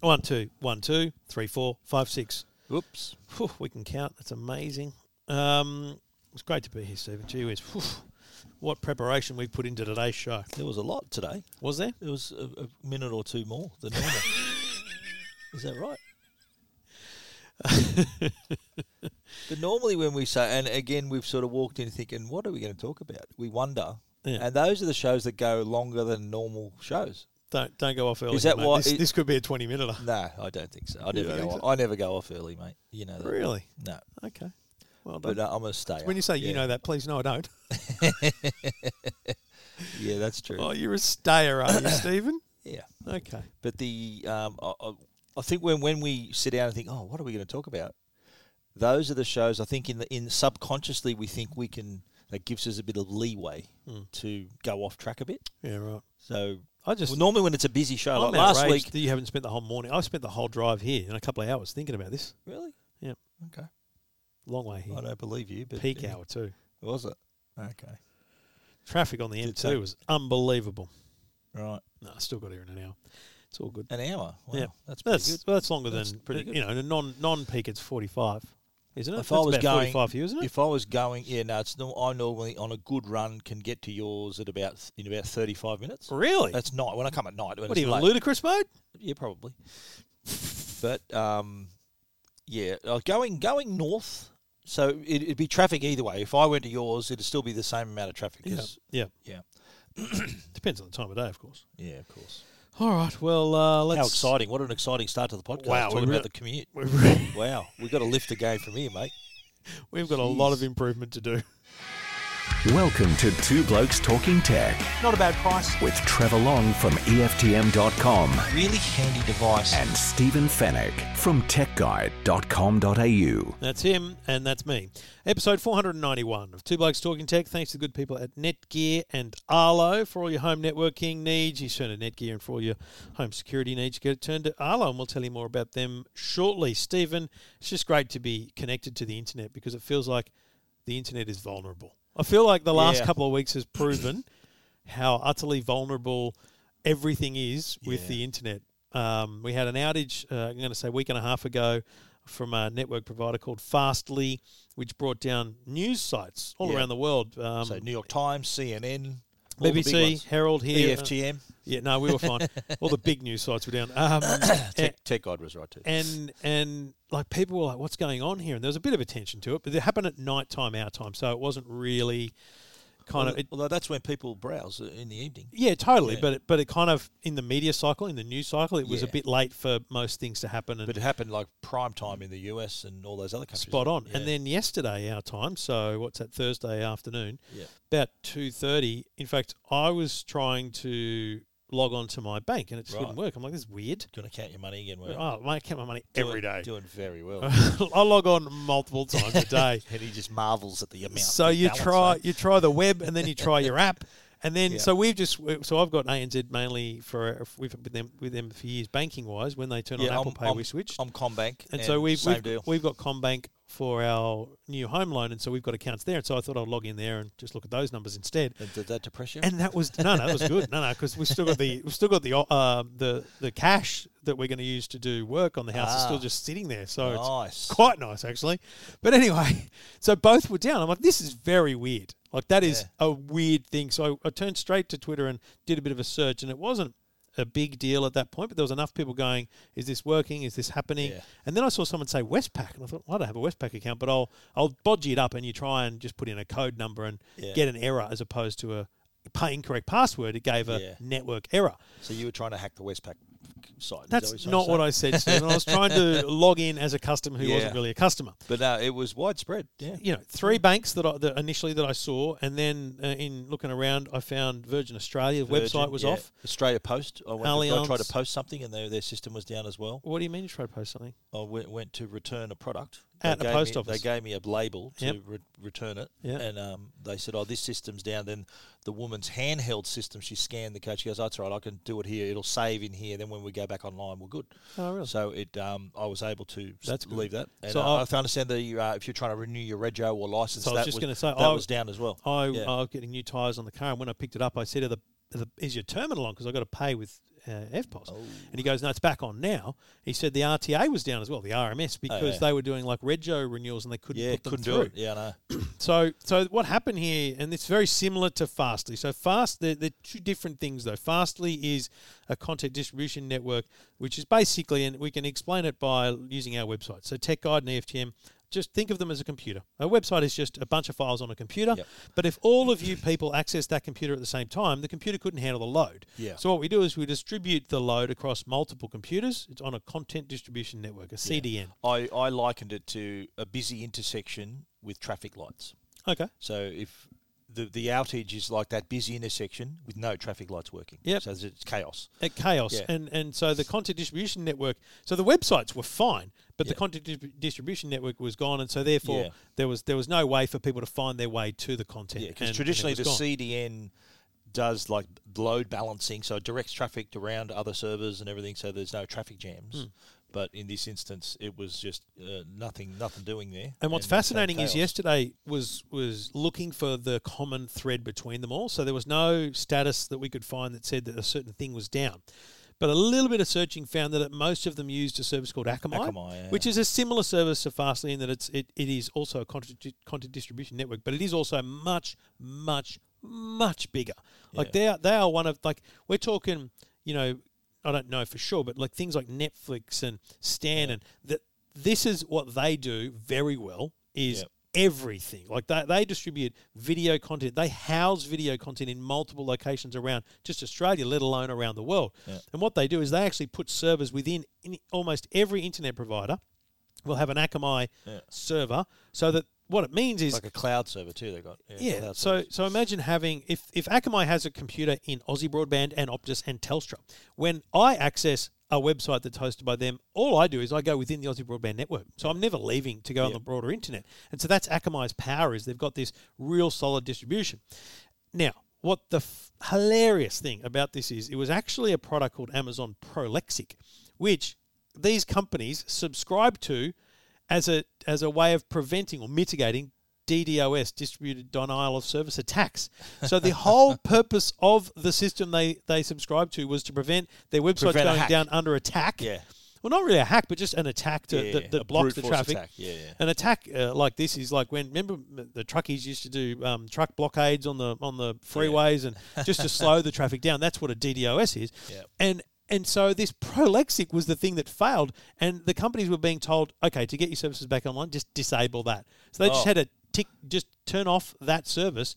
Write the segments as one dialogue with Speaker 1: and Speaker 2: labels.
Speaker 1: One, two, one, two, three, four, five, six.
Speaker 2: Oops.
Speaker 1: Phew, we can count. That's amazing. Um, it's great to be here, Stephen. Gee whiz. Phew, what preparation we've put into today's show.
Speaker 2: There was a lot today.
Speaker 1: Was there?
Speaker 2: There was a, a minute or two more than normal. Is that right? but normally, when we say, and again, we've sort of walked in thinking, what are we going to talk about? We wonder.
Speaker 1: Yeah.
Speaker 2: And those are the shows that go longer than normal shows.
Speaker 1: Don't don't go off early.
Speaker 2: that
Speaker 1: mate.
Speaker 2: why-
Speaker 1: This,
Speaker 2: i-
Speaker 1: this could be a twenty minute?
Speaker 2: No, I don't think so. I never,
Speaker 1: don't
Speaker 2: go
Speaker 1: think
Speaker 2: off, I never go off early, mate. You know that.
Speaker 1: Really?
Speaker 2: No.
Speaker 1: Okay. Well done.
Speaker 2: But uh, I'm going to stay
Speaker 1: when
Speaker 2: up.
Speaker 1: you say
Speaker 2: Yeah.
Speaker 1: you know that, please no, I don't.
Speaker 2: Yeah, that's true.
Speaker 1: Oh, you're a stayer, are you, Stephen?
Speaker 2: Yeah.
Speaker 1: Okay.
Speaker 2: But the um, I, I- I think when, when we sit down and think, oh, what are we going to talk about? Those are the shows. I think in the in subconsciously we think we can that gives us a bit of leeway
Speaker 1: Hmm.
Speaker 2: to go off track a bit.
Speaker 1: Yeah, right.
Speaker 2: So
Speaker 1: I just
Speaker 2: well, normally when it's a busy show,
Speaker 1: I'm
Speaker 2: like last
Speaker 1: outraged
Speaker 2: week,
Speaker 1: that you haven't spent the whole morning. I spent the whole drive here in a couple of hours thinking about this.
Speaker 2: really,
Speaker 1: Yep.
Speaker 2: okay,
Speaker 1: Long way here.
Speaker 2: I don't believe you. But
Speaker 1: Peak
Speaker 2: yeah.
Speaker 1: hour too.
Speaker 2: was it? Okay,
Speaker 1: Traffic on the
Speaker 2: Did
Speaker 1: M2
Speaker 2: take-
Speaker 1: was unbelievable.
Speaker 2: right,
Speaker 1: No, I still got here in an hour. It's all good.
Speaker 2: an hour. Wow,
Speaker 1: Yeah.
Speaker 2: that's pretty
Speaker 1: That's
Speaker 2: good.
Speaker 1: well, that's longer
Speaker 2: That's
Speaker 1: than
Speaker 2: pretty good.
Speaker 1: you know. In a non non peak, it's forty five, isn't it?
Speaker 2: If I
Speaker 1: That's
Speaker 2: was
Speaker 1: about
Speaker 2: going-
Speaker 1: 45 for you, isn't it?
Speaker 2: If I was going, yeah, no, it's no. I normally on a good run can get to yours at about in about thirty five minutes.
Speaker 1: really?
Speaker 2: That's night when I come at night. When
Speaker 1: what
Speaker 2: it's
Speaker 1: even
Speaker 2: late.
Speaker 1: ludicrous mode?
Speaker 2: Yeah, probably. But um, yeah, uh, going going north. So it, it'd be traffic either way. If I went to yours, it'd still be the same amount of traffic.
Speaker 1: Yeah.
Speaker 2: 'cause-
Speaker 1: Yeah.
Speaker 2: yeah.
Speaker 1: Depends on the time of day, of course.
Speaker 2: yeah, of course.
Speaker 1: All right. Well, uh, let's.
Speaker 2: How exciting! What an exciting start to the podcast.
Speaker 1: Wow, we
Speaker 2: talking
Speaker 1: really-
Speaker 2: about the commute.
Speaker 1: exciting!
Speaker 2: Wow, we've got to lift the game from here, mate.
Speaker 1: We've got a lot of improvement to do.
Speaker 3: Welcome to Two Blokes Talking Tech
Speaker 2: Not a bad price.
Speaker 3: with Trevor Long from E EFTM.com
Speaker 2: Really handy device.
Speaker 3: and Stephen Fennec from TechGuide.com.au.
Speaker 1: That's him, and that's me. Episode 491 of Two Blokes Talking Tech. Thanks to the good people at Netgear and Arlo for all your home networking needs. You turn to Netgear, and for all your home security needs, you go turn to Arlo, and we'll tell you more about them shortly. Stephen, it's just great to be connected to the internet because it feels like the internet is vulnerable. I feel like the last
Speaker 2: Yeah.
Speaker 1: couple of weeks has proven how utterly vulnerable everything is with
Speaker 2: Yeah.
Speaker 1: the internet. Um, we had an outage, uh, I'm going to say, a week and a half ago from a network provider called Fastly, which brought down news sites all
Speaker 2: Yeah.
Speaker 1: around the world. Um,
Speaker 2: so New York Times, CNN, all the big
Speaker 1: BBC,
Speaker 2: ones. E
Speaker 1: Herald here. uh,
Speaker 2: EFTM.
Speaker 1: yeah, no, we were fine. all the big news sites were down. Um, a-
Speaker 2: Tech, Tech Guide was right too.
Speaker 1: and and like people were like, "What's going on here?" And there was a bit of attention to it, but it happened at night time, our time, so it wasn't really kind of.
Speaker 2: although,
Speaker 1: It,
Speaker 2: although that's when people browse uh, in the evening.
Speaker 1: yeah, totally.
Speaker 2: Yeah.
Speaker 1: But it, but it kind of in the media cycle, in the news cycle, it was a
Speaker 2: Yeah.
Speaker 1: bit late for most things to happen. And
Speaker 2: But it happened like prime time in the US and all those other countries.
Speaker 1: spot on.
Speaker 2: Yeah.
Speaker 1: And then yesterday, our time, so what's that Thursday afternoon?
Speaker 2: Yeah.
Speaker 1: about two thirty. In fact, I was trying to log on to my bank and it just
Speaker 2: Right.
Speaker 1: wouldn't work. I'm like, this is weird.
Speaker 2: Gonna count your money again. Well,
Speaker 1: Oh, I count my money every
Speaker 2: doing,
Speaker 1: day.
Speaker 2: Doing very well.
Speaker 1: I log on multiple times a day.
Speaker 2: and he just marvels at the amount.
Speaker 1: so
Speaker 2: the
Speaker 1: you
Speaker 2: balance,
Speaker 1: try
Speaker 2: eh?
Speaker 1: you try the web and then you try your app and then
Speaker 2: Yeah.
Speaker 1: so we've just so I've got ANZ mainly for we've been with them with them for years banking wise when they turn on Apple Pay we switched
Speaker 2: I'm Combank.
Speaker 1: and, so we've
Speaker 2: same
Speaker 1: we've,
Speaker 2: deal.
Speaker 1: we've got Combank for our new home loan and so we've got accounts there and so I thought I'd log in there and just look at those numbers instead
Speaker 2: And did that depress you?
Speaker 1: and that was no, no, that was good. No, no, because we still got the we still got the uh, the the cash that we're going to use to do work on the house is still
Speaker 2: Ah.
Speaker 1: just sitting there. So it's
Speaker 2: Nice.
Speaker 1: quite nice actually. But anyway, so both were down. I'm like, this is very weird. Like that is a weird thing. So I, I turned straight to Twitter and did a bit of a search, and it wasn't a big deal at that point. But there was enough people going, "Is this working? Is this happening?"
Speaker 2: Yeah.
Speaker 1: And then I saw someone say Westpac, and I thought, well, "I don't have a Westpac account, but I'll I'll bodgy it up, and you try and just put in a code number and
Speaker 2: Yeah.
Speaker 1: get an error as opposed to a pa- incorrect password. It gave a
Speaker 2: Yeah.
Speaker 1: network error.
Speaker 2: so you were trying to hack the Westpac site. is
Speaker 1: That's
Speaker 2: that
Speaker 1: not what I said, Stephen. I was trying to log in as a customer who
Speaker 2: Yeah.
Speaker 1: wasn't really a customer.
Speaker 2: But uh, it was widespread. Yeah.
Speaker 1: You know, three
Speaker 2: Mm.
Speaker 1: banks that, I, that initially that I saw, and then uh, in looking around, I found Virgin Australia the
Speaker 2: Virgin,
Speaker 1: website was
Speaker 2: yeah.
Speaker 1: off.
Speaker 2: Australia Post. I, went, I tried to
Speaker 1: Allianz.
Speaker 2: post something and their, their system was down as well.
Speaker 1: What do you mean you try to post something?
Speaker 2: I went, went to return a product
Speaker 1: At the
Speaker 2: gave
Speaker 1: post
Speaker 2: me,
Speaker 1: office.
Speaker 2: They gave me a label to
Speaker 1: Yep.
Speaker 2: re- return it,
Speaker 1: Yeah.
Speaker 2: and um, they said, "Oh, this system's down." Then the woman's handheld system, she scanned the code. She goes, "That's all right. I can do it here. It'll save in here. Then when we go back online, we're good."
Speaker 1: Oh, really?
Speaker 2: So it, um, I was able to s-
Speaker 1: That's good.
Speaker 2: leave that. And
Speaker 1: So
Speaker 2: so I,
Speaker 1: I-
Speaker 2: I understand that you, uh, if you're trying to renew your rego or license,
Speaker 1: So I was
Speaker 2: that
Speaker 1: just
Speaker 2: was,
Speaker 1: gonna say,
Speaker 2: that
Speaker 1: I-
Speaker 2: was down as well.
Speaker 1: I,
Speaker 2: Yeah.
Speaker 1: I was getting new tyres on the car, and when I picked it up, I said, Are the, are the, "Is your terminal on?" Because I got to pay with uh, FPOS.
Speaker 2: Oh.
Speaker 1: And he goes, no, it's back on now. He said the RTA was down as well, the RMS, because
Speaker 2: Oh, yeah.
Speaker 1: they were doing like Rego renewals and they couldn't
Speaker 2: Yeah,
Speaker 1: put them
Speaker 2: couldn't
Speaker 1: through.
Speaker 2: do it. Yeah, I know.
Speaker 1: So, so what happened here, and it's very similar to Fastly. So, Fast, they're, they're two different things though. Fastly is a content distribution network, which is basically, and we can explain it by using our website. So, Tech Guide and E EFTM, just think of them as a computer. A website is just a bunch of files on a computer.
Speaker 2: Yep.
Speaker 1: But if all of you people access that computer at the same time, the computer couldn't handle the load.
Speaker 2: Yeah.
Speaker 1: So, what we do is we distribute the load across multiple computers. It's on a content distribution network, a CDN.
Speaker 2: I, I likened it to a busy intersection with traffic lights.
Speaker 1: Okay.
Speaker 2: So if the the outage is like that busy intersection with no traffic lights working.
Speaker 1: Yep.
Speaker 2: So it's chaos.
Speaker 1: at chaos
Speaker 2: Yeah.
Speaker 1: and and so the content distribution network so the websites were fine but the
Speaker 2: Yeah.
Speaker 1: content distri- distribution network was gone and so therefore
Speaker 2: Yeah.
Speaker 1: there was there was no way for people to find their way to the content
Speaker 2: Yeah,
Speaker 1: and-
Speaker 2: because
Speaker 1: and it
Speaker 2: traditionally
Speaker 1: was
Speaker 2: the
Speaker 1: gone.
Speaker 2: CDN does like load balancing, so it directs traffic around other servers and everything, so there's no traffic
Speaker 1: Hmm.
Speaker 2: jams. But in this instance, it was just uh, nothing, nothing doing there.
Speaker 1: And what's
Speaker 2: so
Speaker 1: fascinating is
Speaker 2: chaos.
Speaker 1: yesterday was was looking for the common thread between them all. So there was no status that we could find that said that a certain thing was down. But a little bit of searching found that most of them used a service called Akamai,
Speaker 2: Akamai, yeah.
Speaker 1: which is a similar service to Fastly in that it's it, it is also a content, di- content distribution network, but it is also much much much bigger. Like they are, they are one of like we're talking, you know, I don't know for sure, but like things like Netflix and Stan and that this is what they do very well is
Speaker 2: Yeah.
Speaker 1: everything. Like they, they distribute video content. They house video content in multiple locations around just Australia, let alone around the world. And what they do is they actually put servers within in almost every internet provider will have an Akamai server so that what it means is
Speaker 2: like a cloud server too. They got
Speaker 1: yeah.
Speaker 2: cloud
Speaker 1: so
Speaker 2: servers.
Speaker 1: so imagine having if if Akamai has a computer in Aussie Broadband and Optus and Telstra, when I access a website that's hosted by them, all I do is I go within the Aussie Broadband network. So I'm never leaving to go on the broader internet. And so that's Akamai's power is they've got this real solid distribution. Now, what the f- hilarious thing about this is, it was actually a product called Amazon Prolexic, which these companies subscribe to as a as a way of preventing or mitigating DDoS distributed denial of service attacks. So the whole purpose of the system they they subscribe to was to prevent their websites
Speaker 2: Prevent a
Speaker 1: going
Speaker 2: hack.
Speaker 1: down under attack.
Speaker 2: Yeah.
Speaker 1: Well, not really a hack, but just an attack to,
Speaker 2: Yeah,
Speaker 1: that,
Speaker 2: a
Speaker 1: that blocks
Speaker 2: brute
Speaker 1: the
Speaker 2: force
Speaker 1: traffic.
Speaker 2: attack. Yeah, yeah.
Speaker 1: An attack uh, like this is like when remember m- the truckies used to do um, truck blockades on the on the freeways and just to slow the traffic down. That's what a DDoS is.
Speaker 2: Yep.
Speaker 1: And and so this Prolexic was the thing that failed, and the companies were being told, okay, to get your services back online, just disable that. So they just
Speaker 2: Oh.
Speaker 1: had to tick, just turn off that service,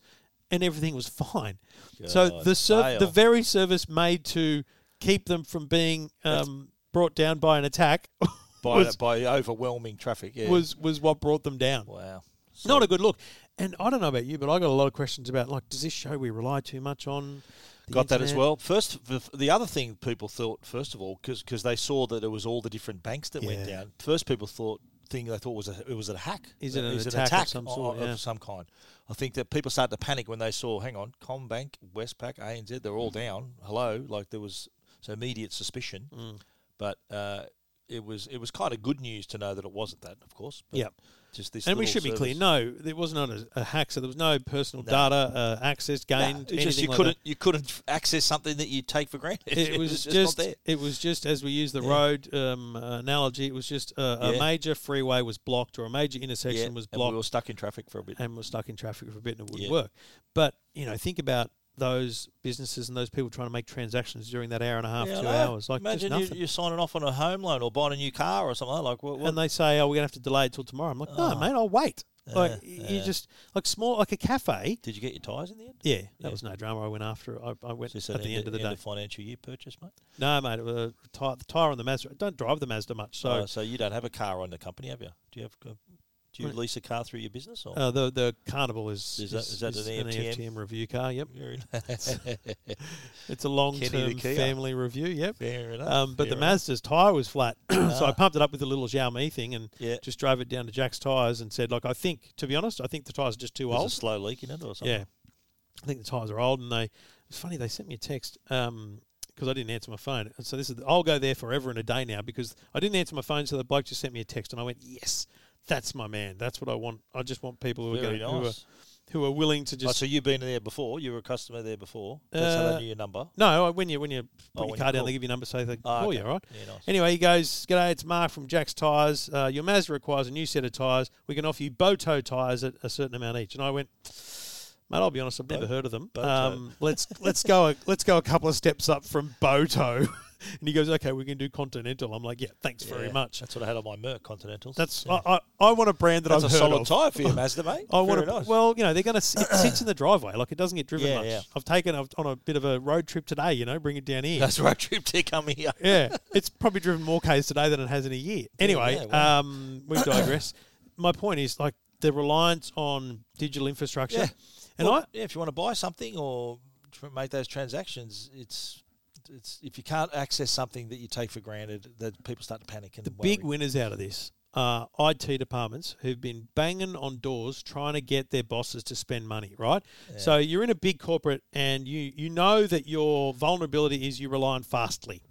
Speaker 1: and everything was fine. so the serv- the
Speaker 2: Oh, fail.
Speaker 1: very service made to keep them from being um, brought down by an attack
Speaker 2: by
Speaker 1: was,
Speaker 2: by overwhelming traffic. Yeah.
Speaker 1: was was what brought them down.
Speaker 2: wow.
Speaker 1: Not a good look. And I don't know about you, but I got a lot of questions about like, does this show we rely too much on? the
Speaker 2: Got that as
Speaker 1: internet?
Speaker 2: well. First, the, the other thing people thought, first of all, because they saw that it was all the different banks that went
Speaker 1: Yeah.
Speaker 2: down. First, people thought thing they thought was a, it was a hack.
Speaker 1: Is it an
Speaker 2: Is
Speaker 1: attack of some sort?
Speaker 2: o- of
Speaker 1: Yeah.
Speaker 2: some kind? I think that people started to panic when they saw, hang on, Combank, Westpac, ANZ, they're
Speaker 1: Mm.
Speaker 2: all down. Hello, like there was so immediate suspicion.
Speaker 1: Mm.
Speaker 2: But uh, it was it was kind of good news to know that it wasn't that, of course. But
Speaker 1: Yep.
Speaker 2: Just this,
Speaker 1: And we
Speaker 2: little
Speaker 1: should be
Speaker 2: service-
Speaker 1: clear. No, it was not a, a hack. So there was no personal data uh, access
Speaker 2: No,
Speaker 1: gained.
Speaker 2: it's just
Speaker 1: anything
Speaker 2: you
Speaker 1: like that.
Speaker 2: couldn't you couldn't access something that you take for granted.
Speaker 1: it was
Speaker 2: not
Speaker 1: just
Speaker 2: there.
Speaker 1: it was just as we use the road um, analogy. It was just a, a
Speaker 2: Yeah.
Speaker 1: major freeway was blocked or a major intersection
Speaker 2: Yeah,
Speaker 1: was
Speaker 2: and
Speaker 1: blocked
Speaker 2: we were stuck in traffic for a bit.
Speaker 1: and was stuck in traffic for a bit and it wouldn't
Speaker 2: Yeah.
Speaker 1: work. But you know, think about those businesses and those people trying to make transactions during that hour and a half,
Speaker 2: Yeah, I
Speaker 1: two
Speaker 2: know.
Speaker 1: hours, like just
Speaker 2: imagine
Speaker 1: nothing.
Speaker 2: You, you're signing off on a home loan or buying a new car or something like. What, what,
Speaker 1: and they say, "Oh, we're gonna have to delay it till tomorrow." I'm like, "No,
Speaker 2: Oh.
Speaker 1: mate, I'll wait." Like you just like small, like a cafe.
Speaker 2: did you get your tyres in the end?
Speaker 1: Yeah, that was no drama. I went after. I, I went
Speaker 2: Just
Speaker 1: at the end of the day.
Speaker 2: financial year purchase, mate.
Speaker 1: no, mate, it was a tire, the tire on the Mazda. I don't drive the Mazda much, so
Speaker 2: Oh, so you don't have a car on the company, have you? Do you have? a- Do you lease a car through your business? Or?
Speaker 1: Uh, the the Carnival is E
Speaker 2: Is that- is that an E EFTM?
Speaker 1: review car? Yep,
Speaker 2: Very-
Speaker 1: it's a long
Speaker 2: Kenny
Speaker 1: term
Speaker 2: the Kia.
Speaker 1: family review. Yep.
Speaker 2: Fair enough.
Speaker 1: Um, but
Speaker 2: fair
Speaker 1: the
Speaker 2: enough.
Speaker 1: Mazda's tyre was flat, so I pumped it up with a little Xiaomi thing and
Speaker 2: Ah. Yeah.
Speaker 1: just drove it down to Jack's tyres and said, "Look, I think, to be honest, I think the tyres are just too
Speaker 2: was a
Speaker 1: old.
Speaker 2: slow leak in it or something.
Speaker 1: Yeah, I think the tyres are old." And they, it's funny, they sent me a text because I didn't answer my phone. And so this is, I'll go there forever and a day now because I didn't answer my phone, so the bloke just sent me a text, and I went, "Yes, that's my man. That's what I want. I just want people who are
Speaker 2: Very
Speaker 1: going to."
Speaker 2: nice.
Speaker 1: who are willing to
Speaker 2: Oh,
Speaker 1: just
Speaker 2: so you've been there before. You were a customer there before. That's how
Speaker 1: Uh,
Speaker 2: they knew your number.
Speaker 1: No, when you when you
Speaker 2: Oh,
Speaker 1: put your
Speaker 2: when
Speaker 1: car
Speaker 2: you
Speaker 1: down,
Speaker 2: call.
Speaker 1: they give you a number, so they can
Speaker 2: Oh,
Speaker 1: call
Speaker 2: okay.
Speaker 1: you, all right?
Speaker 2: Yeah, nice.
Speaker 1: Anyway, he goes, "G'day, it's Mark from Jack's Tires. Uh, your Mazda requires a new set of tires. We can offer you Boto tires at a certain amount each." And I went, "Mate, I'll be honest, I've never heard of them.
Speaker 2: Boto.
Speaker 1: Um, let's let's go a, let's go a couple of steps up from Boto." and he goes, "Okay, we can do Continental." I'm like, "Yeah, thanks very
Speaker 2: Yeah,
Speaker 1: much."
Speaker 2: That's what I had on my Merc Continentals.
Speaker 1: That's I, I, I want a brand that
Speaker 2: That's
Speaker 1: I've
Speaker 2: a
Speaker 1: heard
Speaker 2: solid
Speaker 1: of.
Speaker 2: tire for you, Mazda, mate.
Speaker 1: I want
Speaker 2: Very
Speaker 1: to.
Speaker 2: nice.
Speaker 1: Well, you know, they're going to. It sits in the driveway, like it doesn't get driven
Speaker 2: Yeah,
Speaker 1: much.
Speaker 2: yeah.
Speaker 1: I've taken I've, on a bit of a road trip today. You know, bring it down here.
Speaker 2: that's road trip to come here.
Speaker 1: yeah, it's probably driven more Ks today than it has in a year. Anyway,
Speaker 2: yeah, wow.
Speaker 1: um, we digress. My point is like the reliance on digital infrastructure,
Speaker 2: Yeah.
Speaker 1: and
Speaker 2: Well,
Speaker 1: I
Speaker 2: yeah, if you want to buy something or tr- make those transactions, it's it's if you can't access something that you take for granted, that people start to panic and the
Speaker 1: big winners out of this are IT departments who've been banging on doors trying to get their bosses to spend money, right? So you're in a big corporate and you you know that your vulnerability is you rely on Fastly.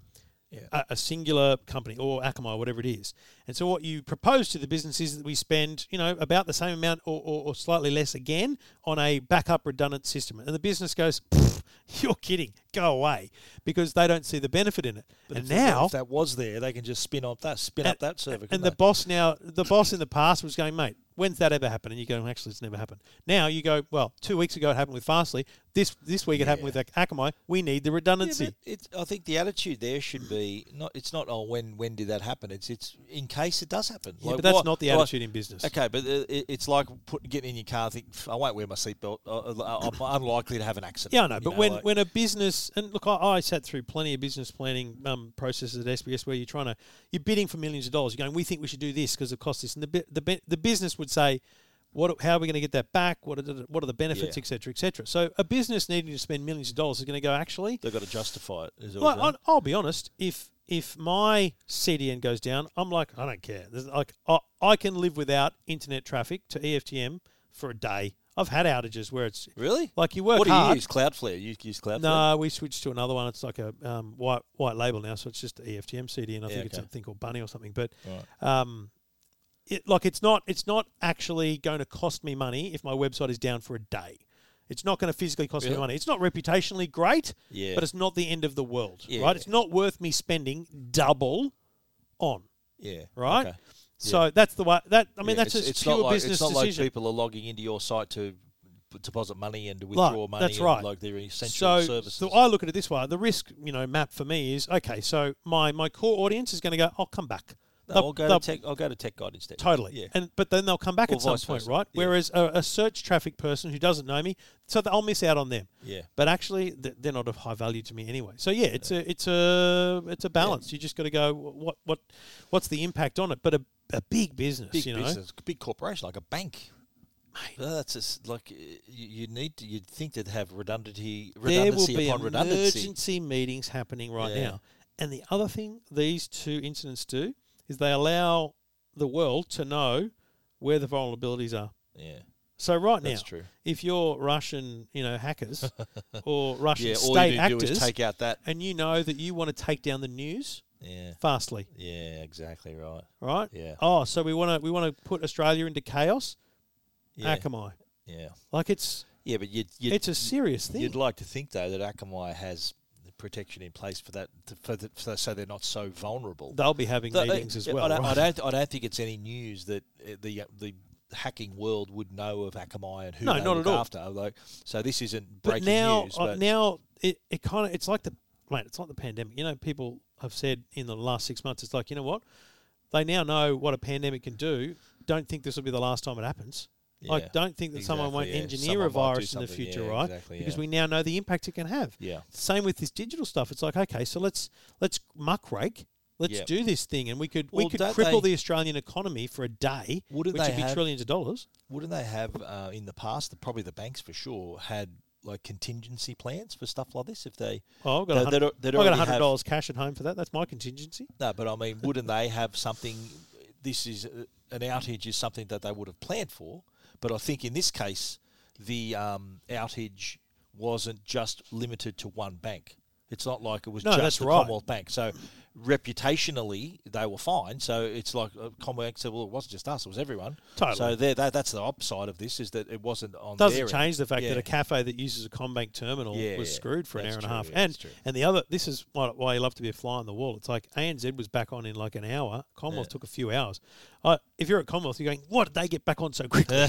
Speaker 2: Yeah.
Speaker 1: A, a singular company or Akamai, whatever it is. And so what you propose to the business is that we spend, you know, about the same amount or, or, or slightly less again on a backup redundant system. And the business goes, "Pfft, you're kidding, go away. Because they don't see the benefit in it. and
Speaker 2: if
Speaker 1: now
Speaker 2: if that was there, they can just spin up that spin up that server.
Speaker 1: and
Speaker 2: couldn't
Speaker 1: the
Speaker 2: they?
Speaker 1: boss now, the boss in the past was going, mate, when's that ever happened? And you go, actually, it's never happened. Now you go, well, two weeks ago it happened with Fastly. This this week it happened with Ak- Akamai. We need the redundancy.
Speaker 2: Yeah, but it's, I think the attitude there should be not. It's not oh when when did that happen? It's it's in case it does happen.
Speaker 1: Yeah, but that's not the
Speaker 2: like-
Speaker 1: attitude in business.
Speaker 2: Okay, but uh, it, it's like put, getting in your car. Think "Pff, I won't wear my seatbelt. uh, uh, I'm unlikely to have an accident.
Speaker 1: Yeah, I know.
Speaker 2: You
Speaker 1: But when,
Speaker 2: like-
Speaker 1: when a business and look, I, I sat through plenty of business planning um, processes at SBS where you're trying to you're bidding for millions of dollars. You're going, we think we should do this because it costs this, and the bi- the be- the business would say. What, how are we going to get that back? What are the, what are the benefits,
Speaker 2: Yeah.
Speaker 1: et cetera, et cetera? So a business needing to spend millions of dollars is going to go. Actually,
Speaker 2: they've got to justify it. Is it
Speaker 1: Well, I'll, I'll be honest. If if my CDN goes down, I'm like, I don't care. There's like, I, I can live without internet traffic to E EFTM for a day. I've had outages where it's
Speaker 2: really?
Speaker 1: like you work
Speaker 2: what do
Speaker 1: hard.
Speaker 2: you use? Cloudflare. You use Cloudflare.
Speaker 1: No, we switched to another one. It's like a um, white white label now, so it's just E EFTM CDN. I think it's
Speaker 2: okay.
Speaker 1: something called Bunny or something. But um, it, like it's not it's not actually going to cost me money if my website is down for a day. It's not going to physically cost me
Speaker 2: Really?
Speaker 1: money. It's not reputationally great,
Speaker 2: Yeah.
Speaker 1: but it's not the end of the world,
Speaker 2: Yeah.
Speaker 1: right? It's not worth me spending double on,
Speaker 2: Yeah.
Speaker 1: right?
Speaker 2: Okay.
Speaker 1: So that's the way that I mean
Speaker 2: Yeah,
Speaker 1: that's
Speaker 2: it's,
Speaker 1: a
Speaker 2: it's
Speaker 1: pure
Speaker 2: not like,
Speaker 1: business
Speaker 2: It's not
Speaker 1: decision.
Speaker 2: like people are logging into your site to p- deposit money and to withdraw money.
Speaker 1: that's
Speaker 2: and,
Speaker 1: right.
Speaker 2: Like they're essential
Speaker 1: so,
Speaker 2: services.
Speaker 1: so I look at it this way: the risk, you know, map for me is okay. So my my core audience is going to go, I'll come back.
Speaker 2: No,
Speaker 1: They'll-
Speaker 2: I'll go
Speaker 1: they'll-
Speaker 2: to tech. I'll go to tech guide instead.
Speaker 1: Totally.
Speaker 2: Yeah.
Speaker 1: And but then they'll come back
Speaker 2: Or
Speaker 1: at some
Speaker 2: vice
Speaker 1: point,
Speaker 2: versa.
Speaker 1: right?
Speaker 2: Yeah.
Speaker 1: Whereas a, a search traffic person who doesn't know me, so that I'll miss out on them.
Speaker 2: Yeah.
Speaker 1: But actually, th- they're not of high value to me anyway. So yeah, it's a it's a it's a balance. You just got to go wh- what what what's the impact on it? But a, a big business,
Speaker 2: big
Speaker 1: you know,
Speaker 2: business, big corporation like a bank. Mate. That's just like uh, you, you need. To, you'd think they'd have redundancy,
Speaker 1: there will
Speaker 2: redundancy
Speaker 1: be
Speaker 2: upon redundancy.
Speaker 1: emergency meetings happening right
Speaker 2: Yeah.
Speaker 1: now. And the other thing these two incidents do is they allow the world to know where the vulnerabilities are.
Speaker 2: Yeah,
Speaker 1: So right
Speaker 2: that's
Speaker 1: now,
Speaker 2: true.
Speaker 1: if you're Russian, you know, hackers or Russian
Speaker 2: Yeah, all
Speaker 1: state
Speaker 2: you do, do
Speaker 1: actors,
Speaker 2: is take out that.
Speaker 1: and you know that you want to take down the news
Speaker 2: Yeah,
Speaker 1: fastly,
Speaker 2: yeah, exactly right.
Speaker 1: right?
Speaker 2: Yeah.
Speaker 1: Oh, so we want to we want to put Australia into chaos?
Speaker 2: Yeah,
Speaker 1: Akamai,
Speaker 2: yeah,
Speaker 1: like it's
Speaker 2: yeah. But you'd you'd,
Speaker 1: it's a serious thing.
Speaker 2: you'd like to think though that Akamai has the protection in place for that, to, for the, so- so they're not so vulnerable.
Speaker 1: They'll be having
Speaker 2: Th-
Speaker 1: meetings as
Speaker 2: uh, I
Speaker 1: well.
Speaker 2: don't- I don't,
Speaker 1: right?
Speaker 2: I don't think it's any news that uh, the uh, the hacking world would know of Akamai and who
Speaker 1: No,
Speaker 2: they
Speaker 1: not
Speaker 2: look
Speaker 1: at all.
Speaker 2: after. Like, so this isn't
Speaker 1: but
Speaker 2: breaking
Speaker 1: now,
Speaker 2: news.
Speaker 1: uh,
Speaker 2: But
Speaker 1: now it, it kind of it's like the mate, it's like the pandemic. You know, people have said in the last six months, it's like you know what, they now know what a pandemic can do. Don't think this will be the last time it happens.
Speaker 2: Yeah.
Speaker 1: Like, don't think that someone
Speaker 2: Exactly,
Speaker 1: won't
Speaker 2: yeah.
Speaker 1: engineer
Speaker 2: Someone
Speaker 1: a
Speaker 2: might do
Speaker 1: virus in the
Speaker 2: something,
Speaker 1: future,
Speaker 2: yeah,
Speaker 1: right?
Speaker 2: exactly,
Speaker 1: Because
Speaker 2: yeah.
Speaker 1: we now know the impact it can have.
Speaker 2: Yeah.
Speaker 1: Same with this digital stuff. It's like, okay, so let's let's muckrake. Let's
Speaker 2: Yeah.
Speaker 1: do this thing, and we could we
Speaker 2: Well,
Speaker 1: could
Speaker 2: don't
Speaker 1: cripple
Speaker 2: they-
Speaker 1: the Australian economy for a day,
Speaker 2: Wouldn't
Speaker 1: which
Speaker 2: they
Speaker 1: would be
Speaker 2: have-
Speaker 1: trillions of dollars.
Speaker 2: wouldn't they have uh, in the past? The, probably the banks for sure had like contingency plans for stuff like this. If they
Speaker 1: Oh, I've got
Speaker 2: They-
Speaker 1: a hundred-
Speaker 2: they'd al-
Speaker 1: I've
Speaker 2: they'd
Speaker 1: got
Speaker 2: already have-
Speaker 1: hundred dollars cash at home for that. That's my contingency.
Speaker 2: no, but I mean, wouldn't they have something? This is uh, an outage is something that they would have planned for. But I think in this case, the um, outage wasn't just limited to one bank. It's not like it was
Speaker 1: No,
Speaker 2: just
Speaker 1: that's
Speaker 2: the
Speaker 1: right.
Speaker 2: Commonwealth Bank. So reputationally, they were fine. So it's like uh, Commonwealth said, well, it wasn't just us; it was everyone.
Speaker 1: Totally.
Speaker 2: So there, that, that's the upside of this is that it wasn't on. their
Speaker 1: doesn't
Speaker 2: end.
Speaker 1: change the fact
Speaker 2: Yeah.
Speaker 1: that a cafe that uses a Combank terminal
Speaker 2: Yeah,
Speaker 1: was
Speaker 2: yeah.
Speaker 1: screwed for an hour
Speaker 2: That's
Speaker 1: and a
Speaker 2: true,
Speaker 1: half.
Speaker 2: yeah,
Speaker 1: and
Speaker 2: that's true.
Speaker 1: and the other, this is why, why you love to be a fly on the wall. It's like ANZ was back on in like an hour. Commonwealth took a few hours. Uh, if you're at Commonwealth, you're going, what did they get back on so quickly?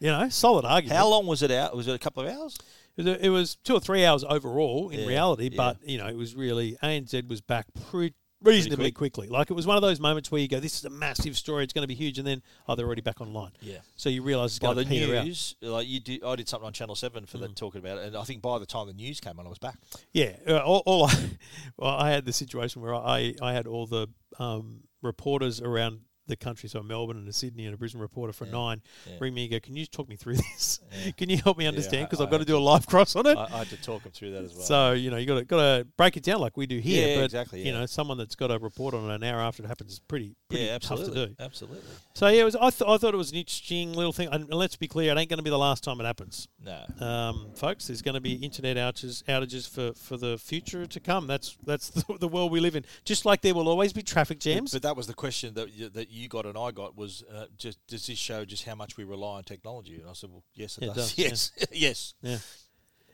Speaker 1: you know, solid argument.
Speaker 2: How long was it out? Was it a couple of hours?
Speaker 1: It was- It was two or three hours overall in
Speaker 2: Yeah,
Speaker 1: reality,
Speaker 2: yeah.
Speaker 1: but you know it was really ANZ was back pretty reasonably quickly. Like it was one of those moments where you go, "This is a massive story; it's going to be huge," and then oh, they're already back online.
Speaker 2: Yeah.
Speaker 1: So you realise it's
Speaker 2: By
Speaker 1: going
Speaker 2: the
Speaker 1: to peter Mm. out.
Speaker 2: news, like you did, I did something on Channel Seven for them talking about it, and I think by the time the news came on, I was back.
Speaker 1: Yeah, uh, all, all I, well, I had the situation where I, I had all the um, reporters around the country, so Melbourne and a Sydney and a Brisbane reporter for nine, ring me and go, "Can you talk me through this? Can you help me understand?
Speaker 2: I-
Speaker 1: Because I've
Speaker 2: I
Speaker 1: got to do a live cross on it."
Speaker 2: I, I had to talk them through that as well.
Speaker 1: so you know you got to got to break it down like we do here.
Speaker 2: Yeah,
Speaker 1: but,
Speaker 2: exactly,
Speaker 1: You
Speaker 2: yeah.
Speaker 1: know, someone that's got to report on it an hour after it happens is pretty pretty
Speaker 2: yeah,
Speaker 1: tough
Speaker 2: absolutely,
Speaker 1: to do.
Speaker 2: absolutely.
Speaker 1: So yeah, it was. I, th- I thought it was an interesting little thing. And let's be clear, it ain't going to be the last time it happens
Speaker 2: No,
Speaker 1: um, folks. There's going to be internet outages, outages for, for the future to come. That's that's the, the world we live in. Just like there will always be traffic jams.
Speaker 2: But that was the question that you, that you got and I got was uh, just does this show just how much we rely on technology? And I said, well, yes, it,
Speaker 1: Yeah, it
Speaker 2: does.
Speaker 1: does,
Speaker 2: Yes, yes.
Speaker 1: yeah.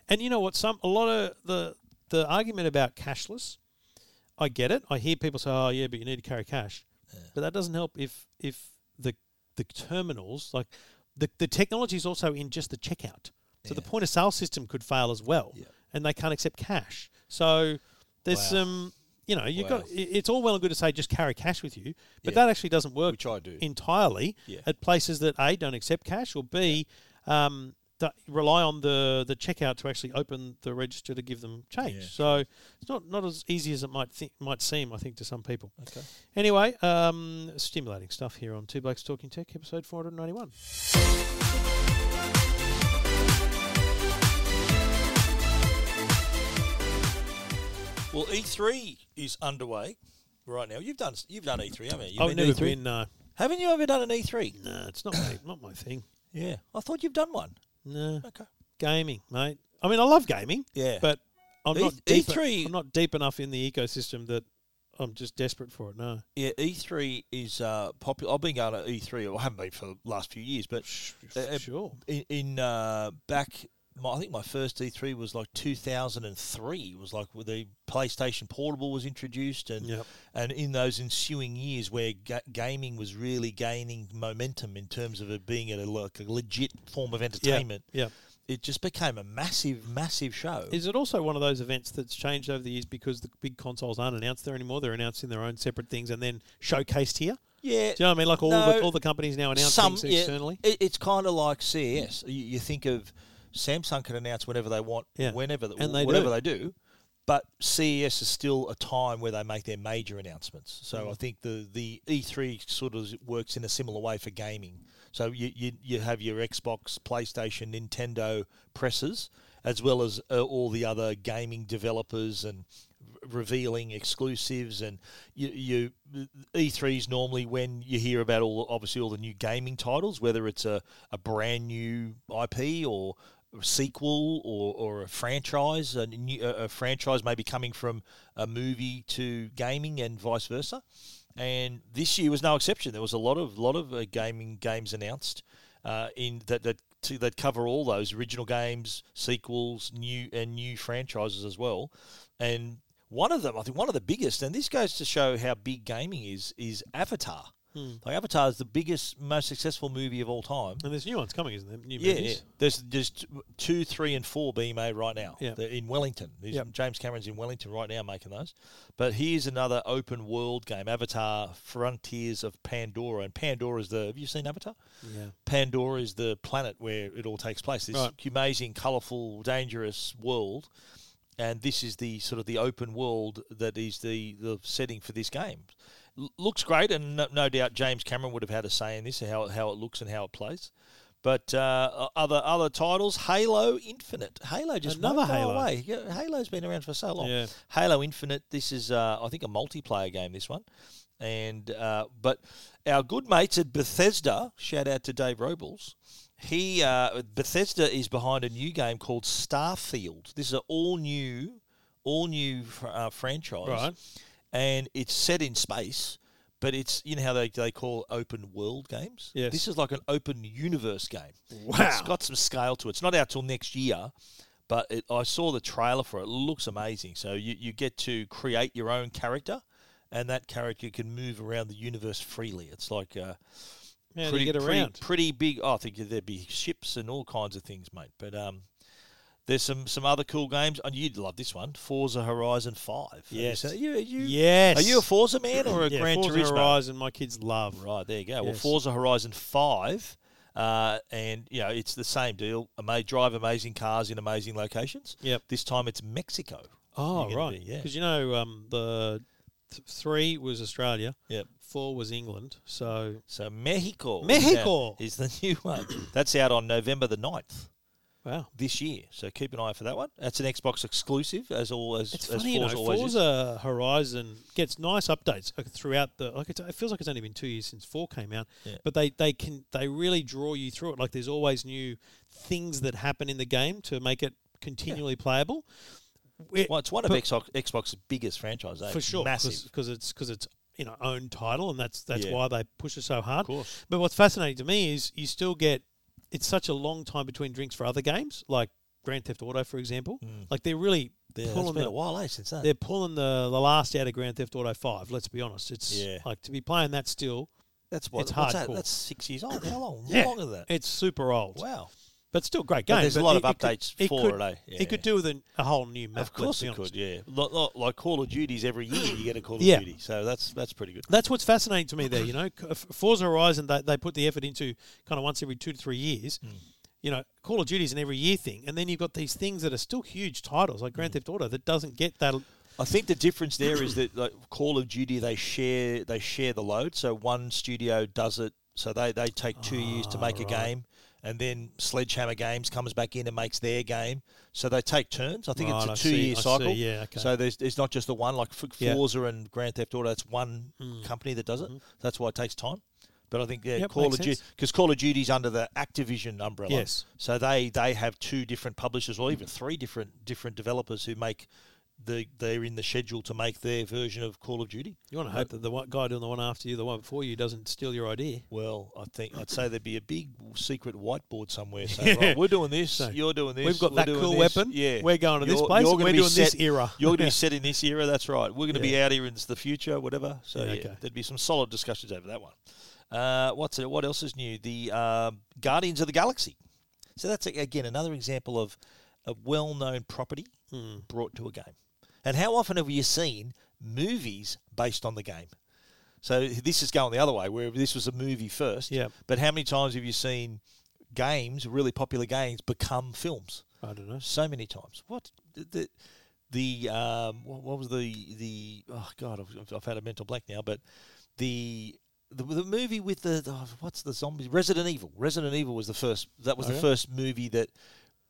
Speaker 1: And you know what? Some a lot of the the argument about cashless, I get it. I hear people say, "Oh yeah, but you need to carry cash," but that doesn't help if if the the terminals like the the technology is also in just the checkout. So the point of sale system could fail as well,
Speaker 2: Yeah.
Speaker 1: and they can't accept cash. So there's
Speaker 2: Wow.
Speaker 1: some. You know, you have got
Speaker 2: Wow.
Speaker 1: i- it's all well and good to say just carry cash with you, but
Speaker 2: Yeah.
Speaker 1: that actually doesn't work
Speaker 2: Which I do.
Speaker 1: entirely
Speaker 2: Yeah.
Speaker 1: at places that a don't accept cash or b um, that rely on the the checkout to actually open the register to give them change.
Speaker 2: Yeah.
Speaker 1: So it's not not as easy as it might thi- might seem. I think to some people.
Speaker 2: Okay.
Speaker 1: Anyway, um, stimulating stuff here on Two Blokes Talking Tech, episode four hundred ninety one.
Speaker 2: Well, E3 is underway right now. You've done you've done E3, haven't you? You've
Speaker 1: I've
Speaker 2: been
Speaker 1: never
Speaker 2: E3?
Speaker 1: been. Oh, No,
Speaker 2: Haven't you ever done an E3?
Speaker 1: no, it's not my, not my thing.
Speaker 2: Yeah, I thought you've done one.
Speaker 1: No,
Speaker 2: Okay.
Speaker 1: gaming, mate. I mean, I love gaming.
Speaker 2: Yeah.
Speaker 1: but I'm
Speaker 2: E-
Speaker 1: not deep,
Speaker 2: E3
Speaker 1: I'm not deep enough in the ecosystem that I'm just desperate for it. No,
Speaker 2: Yeah, E3 is uh, popular. I've been going to E3. Well, I haven't been for the last few years, but uh,
Speaker 1: sure.
Speaker 2: in, in uh, back, my, I think my first E3 was like 2003. It was like when the PlayStation Portable was introduced, and
Speaker 1: Yep.
Speaker 2: and in those ensuing years where ga- gaming was really gaining momentum in terms of it being at a, like a legit form of entertainment,
Speaker 1: Yeah.
Speaker 2: it just became a massive, massive show.
Speaker 1: Is it also one of those events that's changed over the years because the big consoles aren't announced there anymore? They're announcing their own separate things and then showcased here.
Speaker 2: yeah,
Speaker 1: Do you know what I mean? Like all
Speaker 2: No.
Speaker 1: the all the companies now announce things
Speaker 2: yeah,
Speaker 1: externally.
Speaker 2: it- it's kind of like CES. You, you think of Samsung can announce whenever they want,
Speaker 1: Yeah.
Speaker 2: whenever
Speaker 1: And they
Speaker 2: whatever
Speaker 1: do.
Speaker 2: they do. But CES is still a time where they make their major announcements.
Speaker 1: Mm-hmm.
Speaker 2: So I think the, the E3 sort of works in a similar way for gaming. So you, you, you have your Xbox, PlayStation, Nintendo presses, as well as uh, all the other gaming developers and revealing exclusives and you, you E3 is normally when you hear about all obviously all the new gaming titles whether it's a, a brand new IP or a sequel or, or a franchise a, new, a a franchise maybe coming from a movie to gaming and vice versa and this year was no exception there was a lot of lot of uh, gaming games announced uh, in that that to, that cover all those original games, sequels, new and new franchises as well. And one of them, I think, one of the biggest, and this goes to show how big gaming is, is Avatar.
Speaker 1: Hmm.
Speaker 2: Like Avatar is the biggest, most successful movie of all time.
Speaker 1: And there's new ones coming, isn't there? New
Speaker 2: Yeah, yeah.
Speaker 1: movies.
Speaker 2: there's just two, three, and four being made right now.
Speaker 1: Yeah.
Speaker 2: They're in Wellington. There's-
Speaker 1: Yep.
Speaker 2: James Cameron's in Wellington right now making those. But here's another open world game: Avatar: Frontiers of Pandora. And Pandora is the. Have you seen Avatar?
Speaker 1: Yeah.
Speaker 2: Pandora is the planet where it all takes place. This
Speaker 1: Right.
Speaker 2: amazing, colourful, dangerous world, and this is the sort of the open world that is the the setting for this game. L- looks great, and no, no doubt James Cameron would have had a say in this, how how it looks and how it plays. But uh, other other titles, Halo Infinite, Halo just won't
Speaker 1: Another
Speaker 2: go
Speaker 1: Halo.
Speaker 2: away. Yeah, Halo's been around for so long.
Speaker 1: Yeah.
Speaker 2: Halo Infinite. This is, uh, I think, a multiplayer game. This one, and uh, but our good mates at Bethesda. Shout out to Dave Robles. He uh, Bethesda is behind a new game called Starfield. This is an all new all new fr- uh, franchise,
Speaker 1: Right.
Speaker 2: And it's set in space, but it's you know how they, they call open world games.
Speaker 1: Yes.
Speaker 2: this is like an open universe game.
Speaker 1: Wow.
Speaker 2: it's got some scale to it. It's not out till next year, but it, I saw the trailer for it. It looks amazing. So you you get to create your own character, and that character can move around the universe freely. It's like uh,
Speaker 1: How do you get around?
Speaker 2: Pretty, big. oh, I think there'd be ships and all kinds of things, mate. But um, there's some some other cool games. And you'd love this one, Forza Horizon Five. Have you
Speaker 1: Yes.
Speaker 2: seen- Are you, are you,
Speaker 1: yes.
Speaker 2: Are you a Forza man or a
Speaker 1: yeah,
Speaker 2: Gran
Speaker 1: Forza
Speaker 2: Turismo?
Speaker 1: Horizon? My kids love.
Speaker 2: Right there you go. Well,
Speaker 1: Yes.
Speaker 2: Forza Horizon Five. Uh, and you know it's the same deal. Ama- drive amazing cars in amazing locations.
Speaker 1: Yep.
Speaker 2: This time it's Mexico.
Speaker 1: Oh,
Speaker 2: You're gonna
Speaker 1: right.
Speaker 2: be- yeah.
Speaker 1: Because you know, um, the th- three was Australia,
Speaker 2: Yep.
Speaker 1: four was England. So
Speaker 2: So Mexico. is
Speaker 1: Mexico.
Speaker 2: out- is the new one. That's out on November the 9th.
Speaker 1: wow,
Speaker 2: this year. So keep an eye for that one. That's an Xbox exclusive, as always.
Speaker 1: it's
Speaker 2: as
Speaker 1: funny. You know,
Speaker 2: Forza always is.
Speaker 1: Forza Horizon gets nice updates like, throughout the. Like it's, it feels like it's only been two years since four came out,
Speaker 2: Yeah.
Speaker 1: but they they can they really draw you through it. Like there's always new things that happen in the game to make it continually playable. It-
Speaker 2: Well, it's one of
Speaker 1: but-
Speaker 2: Xbox, Xbox's biggest franchises. eh?
Speaker 1: for sure,
Speaker 2: massive.
Speaker 1: because it's because it's you know own title, and that's that's
Speaker 2: Yeah.
Speaker 1: why they push it so hard.
Speaker 2: course.
Speaker 1: But what's fascinating to me is you still get it's such a long time between drinks for other games like Grand Theft Auto, for example. Like they're really
Speaker 2: Mm. Yeah, it's
Speaker 1: pulling
Speaker 2: been
Speaker 1: the,
Speaker 2: a while eh, since that.
Speaker 1: they're pulling the the last out of Grand Theft Auto Five. Let's be honest, it's
Speaker 2: Yeah.
Speaker 1: like to be playing that still.
Speaker 2: That's what.
Speaker 1: it's
Speaker 2: what's
Speaker 1: hardcore.
Speaker 2: That? That's six years old. How long?
Speaker 1: Yeah.
Speaker 2: Longer than that.
Speaker 1: It's super old,
Speaker 2: Wow.
Speaker 1: but still great game.
Speaker 2: But there's a
Speaker 1: But
Speaker 2: lot
Speaker 1: it-
Speaker 2: of
Speaker 1: it could-
Speaker 2: updates for
Speaker 1: could,
Speaker 2: it, eh? Yeah.
Speaker 1: It could do with an, a whole new map.
Speaker 2: Of
Speaker 1: let's
Speaker 2: course
Speaker 1: be
Speaker 2: it
Speaker 1: honest.
Speaker 2: could. Yeah. Lot, lot, like Call of Duties every year, you get a Call of
Speaker 1: Yeah.
Speaker 2: Duty. So that's that's pretty good.
Speaker 1: That's what's fascinating to me there. You know, C- F- Forza Horizon, they, they put the effort into kind of once every two to three years.
Speaker 2: Hmm.
Speaker 1: You know, Call of Duty's an every year thing, and then you've got these things that are still huge titles like Grand
Speaker 2: Hmm.
Speaker 1: Theft Auto that doesn't get that.
Speaker 2: I think the difference there is that like Call of Duty they share they share the load. So one studio does it. So they, they take two years to make a game, and then Sledgehammer Games comes back in and makes their game. So they take turns. I think
Speaker 1: Right, I
Speaker 2: it's a two year
Speaker 1: see, I see,
Speaker 2: cycle.
Speaker 1: yeah, okay.
Speaker 2: So there's it's not just the one like for
Speaker 1: Yeah.
Speaker 2: Forza and Grand Theft Auto. That's one company that does it. That's why it takes time. But I think yeah,
Speaker 1: Yep,
Speaker 2: Call
Speaker 1: makes
Speaker 2: of Duty
Speaker 1: sense.
Speaker 2: because Call of Duty's under the Activision umbrella.
Speaker 1: Yes.
Speaker 2: So they they have two different publishers, or even three different different developers who make the they're in the schedule to make their version of Call of Duty.
Speaker 1: You want to hope that the one guy doing the one after you, the one before you, doesn't steal your idea.
Speaker 2: Well, I think I'd say there'd be a big secret whiteboard somewhere saying, "Right, we're doing this, you're doing this,
Speaker 1: We've got
Speaker 2: we're
Speaker 1: that
Speaker 2: doing
Speaker 1: cool
Speaker 2: this."
Speaker 1: weapon,
Speaker 2: Yeah,
Speaker 1: we're going to this
Speaker 2: You're-
Speaker 1: place,
Speaker 2: you're
Speaker 1: and
Speaker 2: gonna
Speaker 1: we're
Speaker 2: be
Speaker 1: doing this
Speaker 2: set-
Speaker 1: era.
Speaker 2: You're going to be set in this era. That's right. We're going to be
Speaker 1: Yeah.
Speaker 2: out here in the future, whatever. So
Speaker 1: Yeah,
Speaker 2: yeah,
Speaker 1: okay.
Speaker 2: there'd be some solid discussions over that one. Uh, what's it? What else is new? The um Guardians of the Galaxy. So that's again another example of a well-known property brought to a game. And how often have you seen movies based on the game? So this is going the other way, where this was a movie first.
Speaker 1: Yeah.
Speaker 2: But how many times have you seen games, really popular games, become films?
Speaker 1: I don't know.
Speaker 2: So many times. What the the um, what, what was the the oh god, I've, I've had a mental blank now, but the. The, the movie with the oh, what's the zombie Resident Evil Resident Evil was the first that was
Speaker 1: Okay.
Speaker 2: the first movie that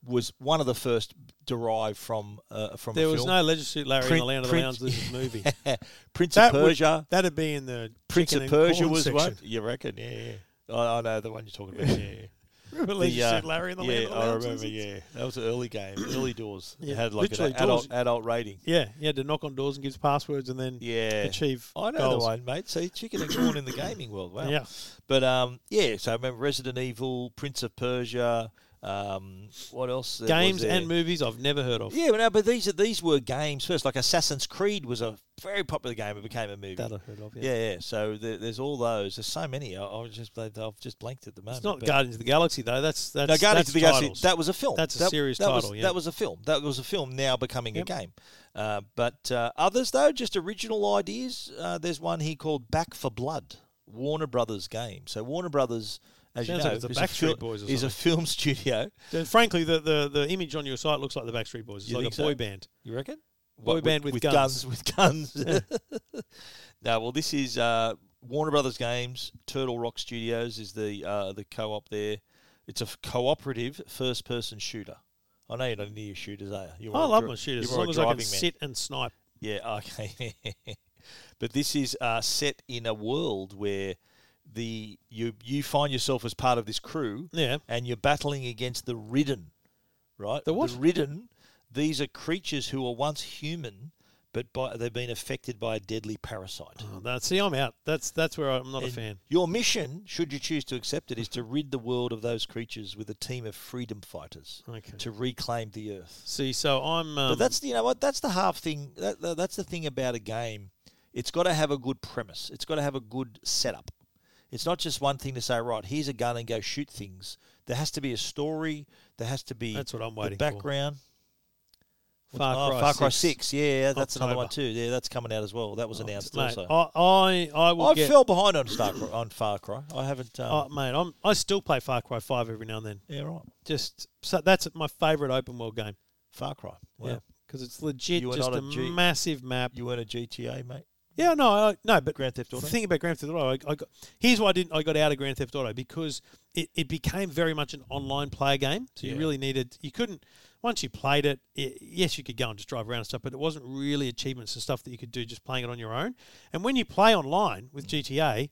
Speaker 2: was one of the first derived from uh, from
Speaker 1: There
Speaker 2: a
Speaker 1: was
Speaker 2: film.
Speaker 1: no legislature Larry in
Speaker 2: Print-
Speaker 1: the Land of
Speaker 2: print-
Speaker 1: the Lounge movie.
Speaker 2: Prince
Speaker 1: That
Speaker 2: of
Speaker 1: would-
Speaker 2: Persia
Speaker 1: That'd be in the
Speaker 2: Prince
Speaker 1: chicken
Speaker 2: of
Speaker 1: and
Speaker 2: Persia
Speaker 1: corn
Speaker 2: was
Speaker 1: section.
Speaker 2: one. You reckon? Yeah, yeah. I, I know the one you're talking about. Yeah, yeah.
Speaker 1: Remember
Speaker 2: The,
Speaker 1: Legislature
Speaker 2: uh,
Speaker 1: Larry in the
Speaker 2: yeah,
Speaker 1: Land of the
Speaker 2: I
Speaker 1: Lounge
Speaker 2: remember.
Speaker 1: lizards?
Speaker 2: Yeah, that was an early game, early doors. It
Speaker 1: Yeah,
Speaker 2: had like an
Speaker 1: literally
Speaker 2: adult,
Speaker 1: doors.
Speaker 2: adult rating.
Speaker 1: Yeah, you had to knock on doors and give passwords, and then
Speaker 2: Yeah,
Speaker 1: achieve.
Speaker 2: I know
Speaker 1: goals.
Speaker 2: the one, mate. See, chicken and corn in the gaming world. Wow.
Speaker 1: Yeah.
Speaker 2: But um, yeah. So I remember Resident Evil, Prince of Persia. Um, what else? was
Speaker 1: Games
Speaker 2: there?
Speaker 1: and movies I've never heard of.
Speaker 2: Yeah, but no, but these are these were games first. Like Assassin's Creed was a very popular game. It became a movie.
Speaker 1: That I've heard of.
Speaker 2: yeah, yeah. So there, there's all those. There's so many. I, I was just I've just blanked at the moment.
Speaker 1: It's not
Speaker 2: but-
Speaker 1: Guardians of the Galaxy though. That's that's
Speaker 2: No, Guardians
Speaker 1: that's
Speaker 2: of the Galaxy.
Speaker 1: titles.
Speaker 2: That was a film.
Speaker 1: That's a
Speaker 2: that,
Speaker 1: serious
Speaker 2: that
Speaker 1: title,
Speaker 2: Was,
Speaker 1: yeah.
Speaker 2: That was a film. That was a film. Now becoming
Speaker 1: Yep.
Speaker 2: a game. Uh, but uh, others though, just original ideas. Uh, there's one he called Back for Blood, Warner Brothers game. So Warner Brothers, as
Speaker 1: Sounds
Speaker 2: you
Speaker 1: like
Speaker 2: know,
Speaker 1: it's the
Speaker 2: is, a
Speaker 1: Backstreet
Speaker 2: fil-
Speaker 1: Boys or
Speaker 2: is a film studio.
Speaker 1: Then frankly, the, the the image on your site looks like the Backstreet Boys. It's
Speaker 2: You
Speaker 1: like a
Speaker 2: think so?
Speaker 1: boy band.
Speaker 2: You reckon?
Speaker 1: Boy band with guns.
Speaker 2: With guns. no, well, this is uh, Warner Brothers Games. Turtle Rock Studios is the uh, the co-op there. It's a f- cooperative first-person shooter. I know you're not into your shooters, are you? You're
Speaker 1: I
Speaker 2: more a
Speaker 1: love
Speaker 2: dri-
Speaker 1: my shooters
Speaker 2: you're
Speaker 1: as
Speaker 2: more
Speaker 1: long
Speaker 2: a
Speaker 1: as I can
Speaker 2: driving man.
Speaker 1: sit and snipe.
Speaker 2: Yeah, okay. but this is uh, set in a world where the you you find yourself as part of this crew,
Speaker 1: Yeah.
Speaker 2: and you're battling against the ridden, right?
Speaker 1: The what?
Speaker 2: The ridden. These are creatures who were once human, but by, they've been affected by a deadly parasite.
Speaker 1: Oh, that, see, I'm out. That's that's where I'm not a
Speaker 2: And
Speaker 1: fan.
Speaker 2: Your mission, should you choose to accept it, is to rid the world of those creatures with a team of freedom fighters
Speaker 1: Okay.
Speaker 2: to reclaim the earth.
Speaker 1: See, so I'm. Um,
Speaker 2: but that's you know what that's the half thing. That, that- that's the thing about a game. It's got to have a good premise. It's got to have a good setup. It's not just one thing to say, right? Here's a gun and go shoot things. There has to be a story. There has to be
Speaker 1: That's what I'm
Speaker 2: the
Speaker 1: waiting for.
Speaker 2: background.
Speaker 1: Far
Speaker 2: Oh,
Speaker 1: Cry,
Speaker 2: Far Cry Six. Yeah, yeah, that's another one
Speaker 1: October. Oh,
Speaker 2: too. Yeah, that's coming out as well. That was announced
Speaker 1: Mate,
Speaker 2: also.
Speaker 1: I, I, I will
Speaker 2: I
Speaker 1: get.
Speaker 2: fell behind on Star Cry, on Far Cry. I haven't. Um,
Speaker 1: oh, mate, I'm, I still play Far Cry Five every now and then.
Speaker 2: yeah, right.
Speaker 1: Just so that's my favourite open world game.
Speaker 2: Far Cry. Wow.
Speaker 1: Yeah, because it's legit.
Speaker 2: You were
Speaker 1: Just
Speaker 2: not
Speaker 1: a,
Speaker 2: a G-
Speaker 1: massive map.
Speaker 2: You weren't a GTA, mate.
Speaker 1: yeah, no, I, no, but
Speaker 2: Grand Theft Auto.
Speaker 1: The thing about Grand Theft Auto, I, I got, here's why I didn't. I got out of Grand Theft Auto because it, it became very much an online player game. So you
Speaker 2: Yeah.
Speaker 1: really needed. You couldn't once you played it, it. Yes, you could go and just drive around and stuff, but it wasn't really achievements and stuff that you could do just playing it on your own. And when you play online with GTA.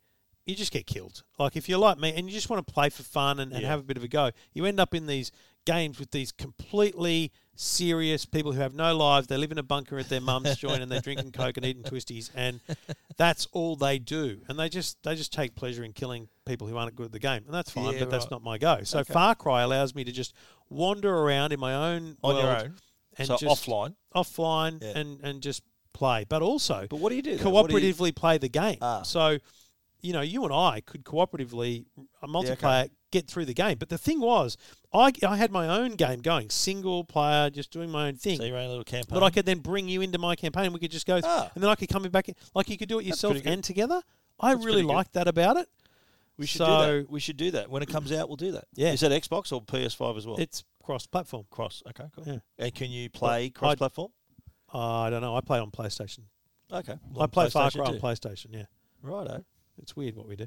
Speaker 1: You just get killed. Like if you're like me and you just want to play for fun and, and
Speaker 2: Yeah.
Speaker 1: have a bit of a go, you end up in these games with these completely serious people who have no lives. They live in a bunker at their mum's joint and they're drinking coke and eating twisties, and that's all they do. And they just they just take pleasure in killing people who aren't good at the game, and that's fine.
Speaker 2: Yeah,
Speaker 1: but that's
Speaker 2: right.
Speaker 1: not my go. So Far Cry allows me to just wander around in my own
Speaker 2: on your
Speaker 1: world
Speaker 2: own.
Speaker 1: and
Speaker 2: so
Speaker 1: just
Speaker 2: offline.
Speaker 1: offline,
Speaker 2: Yeah.
Speaker 1: and and just play. But also,
Speaker 2: But what do you do? then? What do you-
Speaker 1: cooperatively play the game.
Speaker 2: Ah.
Speaker 1: So, you know, you and I could cooperatively uh, multiplayer get through the game. But the thing was, I, I had my own game going, single player, just doing my own thing.
Speaker 2: So your own little campaign.
Speaker 1: but I could then bring you into my campaign. and We could just go, th-
Speaker 2: Ah.
Speaker 1: and then I could come back. in- Like you could do it yourself
Speaker 2: pretty good.
Speaker 1: and together. I really
Speaker 2: pretty good.
Speaker 1: liked that about it.
Speaker 2: we should do
Speaker 1: so-
Speaker 2: that. We should do that when it comes out. We'll do that.
Speaker 1: Yeah.
Speaker 2: Is that Xbox or PS5 as well?
Speaker 1: It's cross-platform.
Speaker 2: cross. Okay, cool.
Speaker 1: Yeah.
Speaker 2: And can you play
Speaker 1: I'd-
Speaker 2: cross-platform?
Speaker 1: Uh, I don't know. I play on PlayStation.
Speaker 2: Okay.
Speaker 1: I play Far
Speaker 2: PlayStation
Speaker 1: Cry on
Speaker 2: too.
Speaker 1: PlayStation. Yeah,
Speaker 2: Righto.
Speaker 1: it's weird what we do.